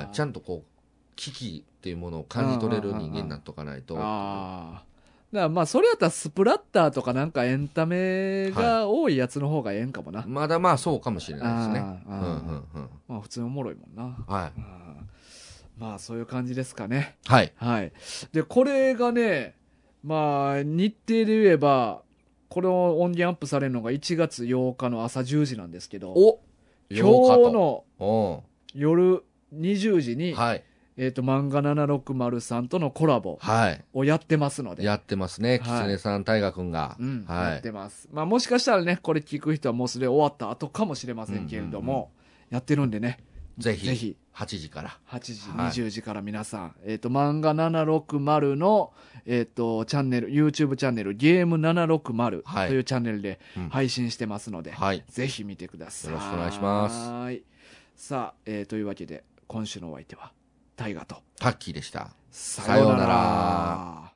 Speaker 1: ー
Speaker 2: はい。ちゃんとこう、危機っていうものを感じ取れる人間になっとかないと。
Speaker 1: ああだからまあそれやったらスプラッターとかなんかエンタメが多いやつの方がええんかもな、
Speaker 2: まだまあそうかもしれないですね。
Speaker 1: あ
Speaker 2: う
Speaker 1: ー
Speaker 2: んう
Speaker 1: あー
Speaker 2: んうん。
Speaker 1: まあ普通におもろいもんな。
Speaker 2: は
Speaker 1: うんまあそういう感じですかね。
Speaker 2: い。はい。
Speaker 1: はい。で、これがね、まあ日程で言えば、この音源アップされるのが1月8日の朝10時なんですけど、
Speaker 2: お
Speaker 1: 今日
Speaker 2: ようか
Speaker 1: の
Speaker 2: と
Speaker 1: 夜20時
Speaker 2: う
Speaker 1: に、
Speaker 2: ん。はい。
Speaker 1: えっ、と、漫画760さんとのコラボ
Speaker 2: はい。
Speaker 1: をやってますので、
Speaker 2: やってますね、
Speaker 1: はい
Speaker 2: キツネさん、大河君が。
Speaker 1: うん、
Speaker 2: は
Speaker 1: やっ
Speaker 2: い。
Speaker 1: てます。まあもしかしたらね、これ聞く人はもうすでに終わった後かもしれませんけれども、やってるんでね、
Speaker 2: ぜひ
Speaker 1: ぜひ
Speaker 2: 8時から
Speaker 1: 8時、
Speaker 2: はい
Speaker 1: 20時から皆さん、えっ、と、漫画760の、えっ、と、チャンネル、YouTube チャンネル、ゲーム
Speaker 2: は
Speaker 1: 760
Speaker 2: い
Speaker 1: というチャンネルで
Speaker 2: うん
Speaker 1: 配信してますので、
Speaker 2: はい
Speaker 1: ぜひ見てください。
Speaker 2: よろしくお願いします
Speaker 1: はい。さあ、えーというわけで、今週のお相手は、大河と、
Speaker 2: タッキーでした
Speaker 1: さ
Speaker 2: ようなら
Speaker 1: ようなら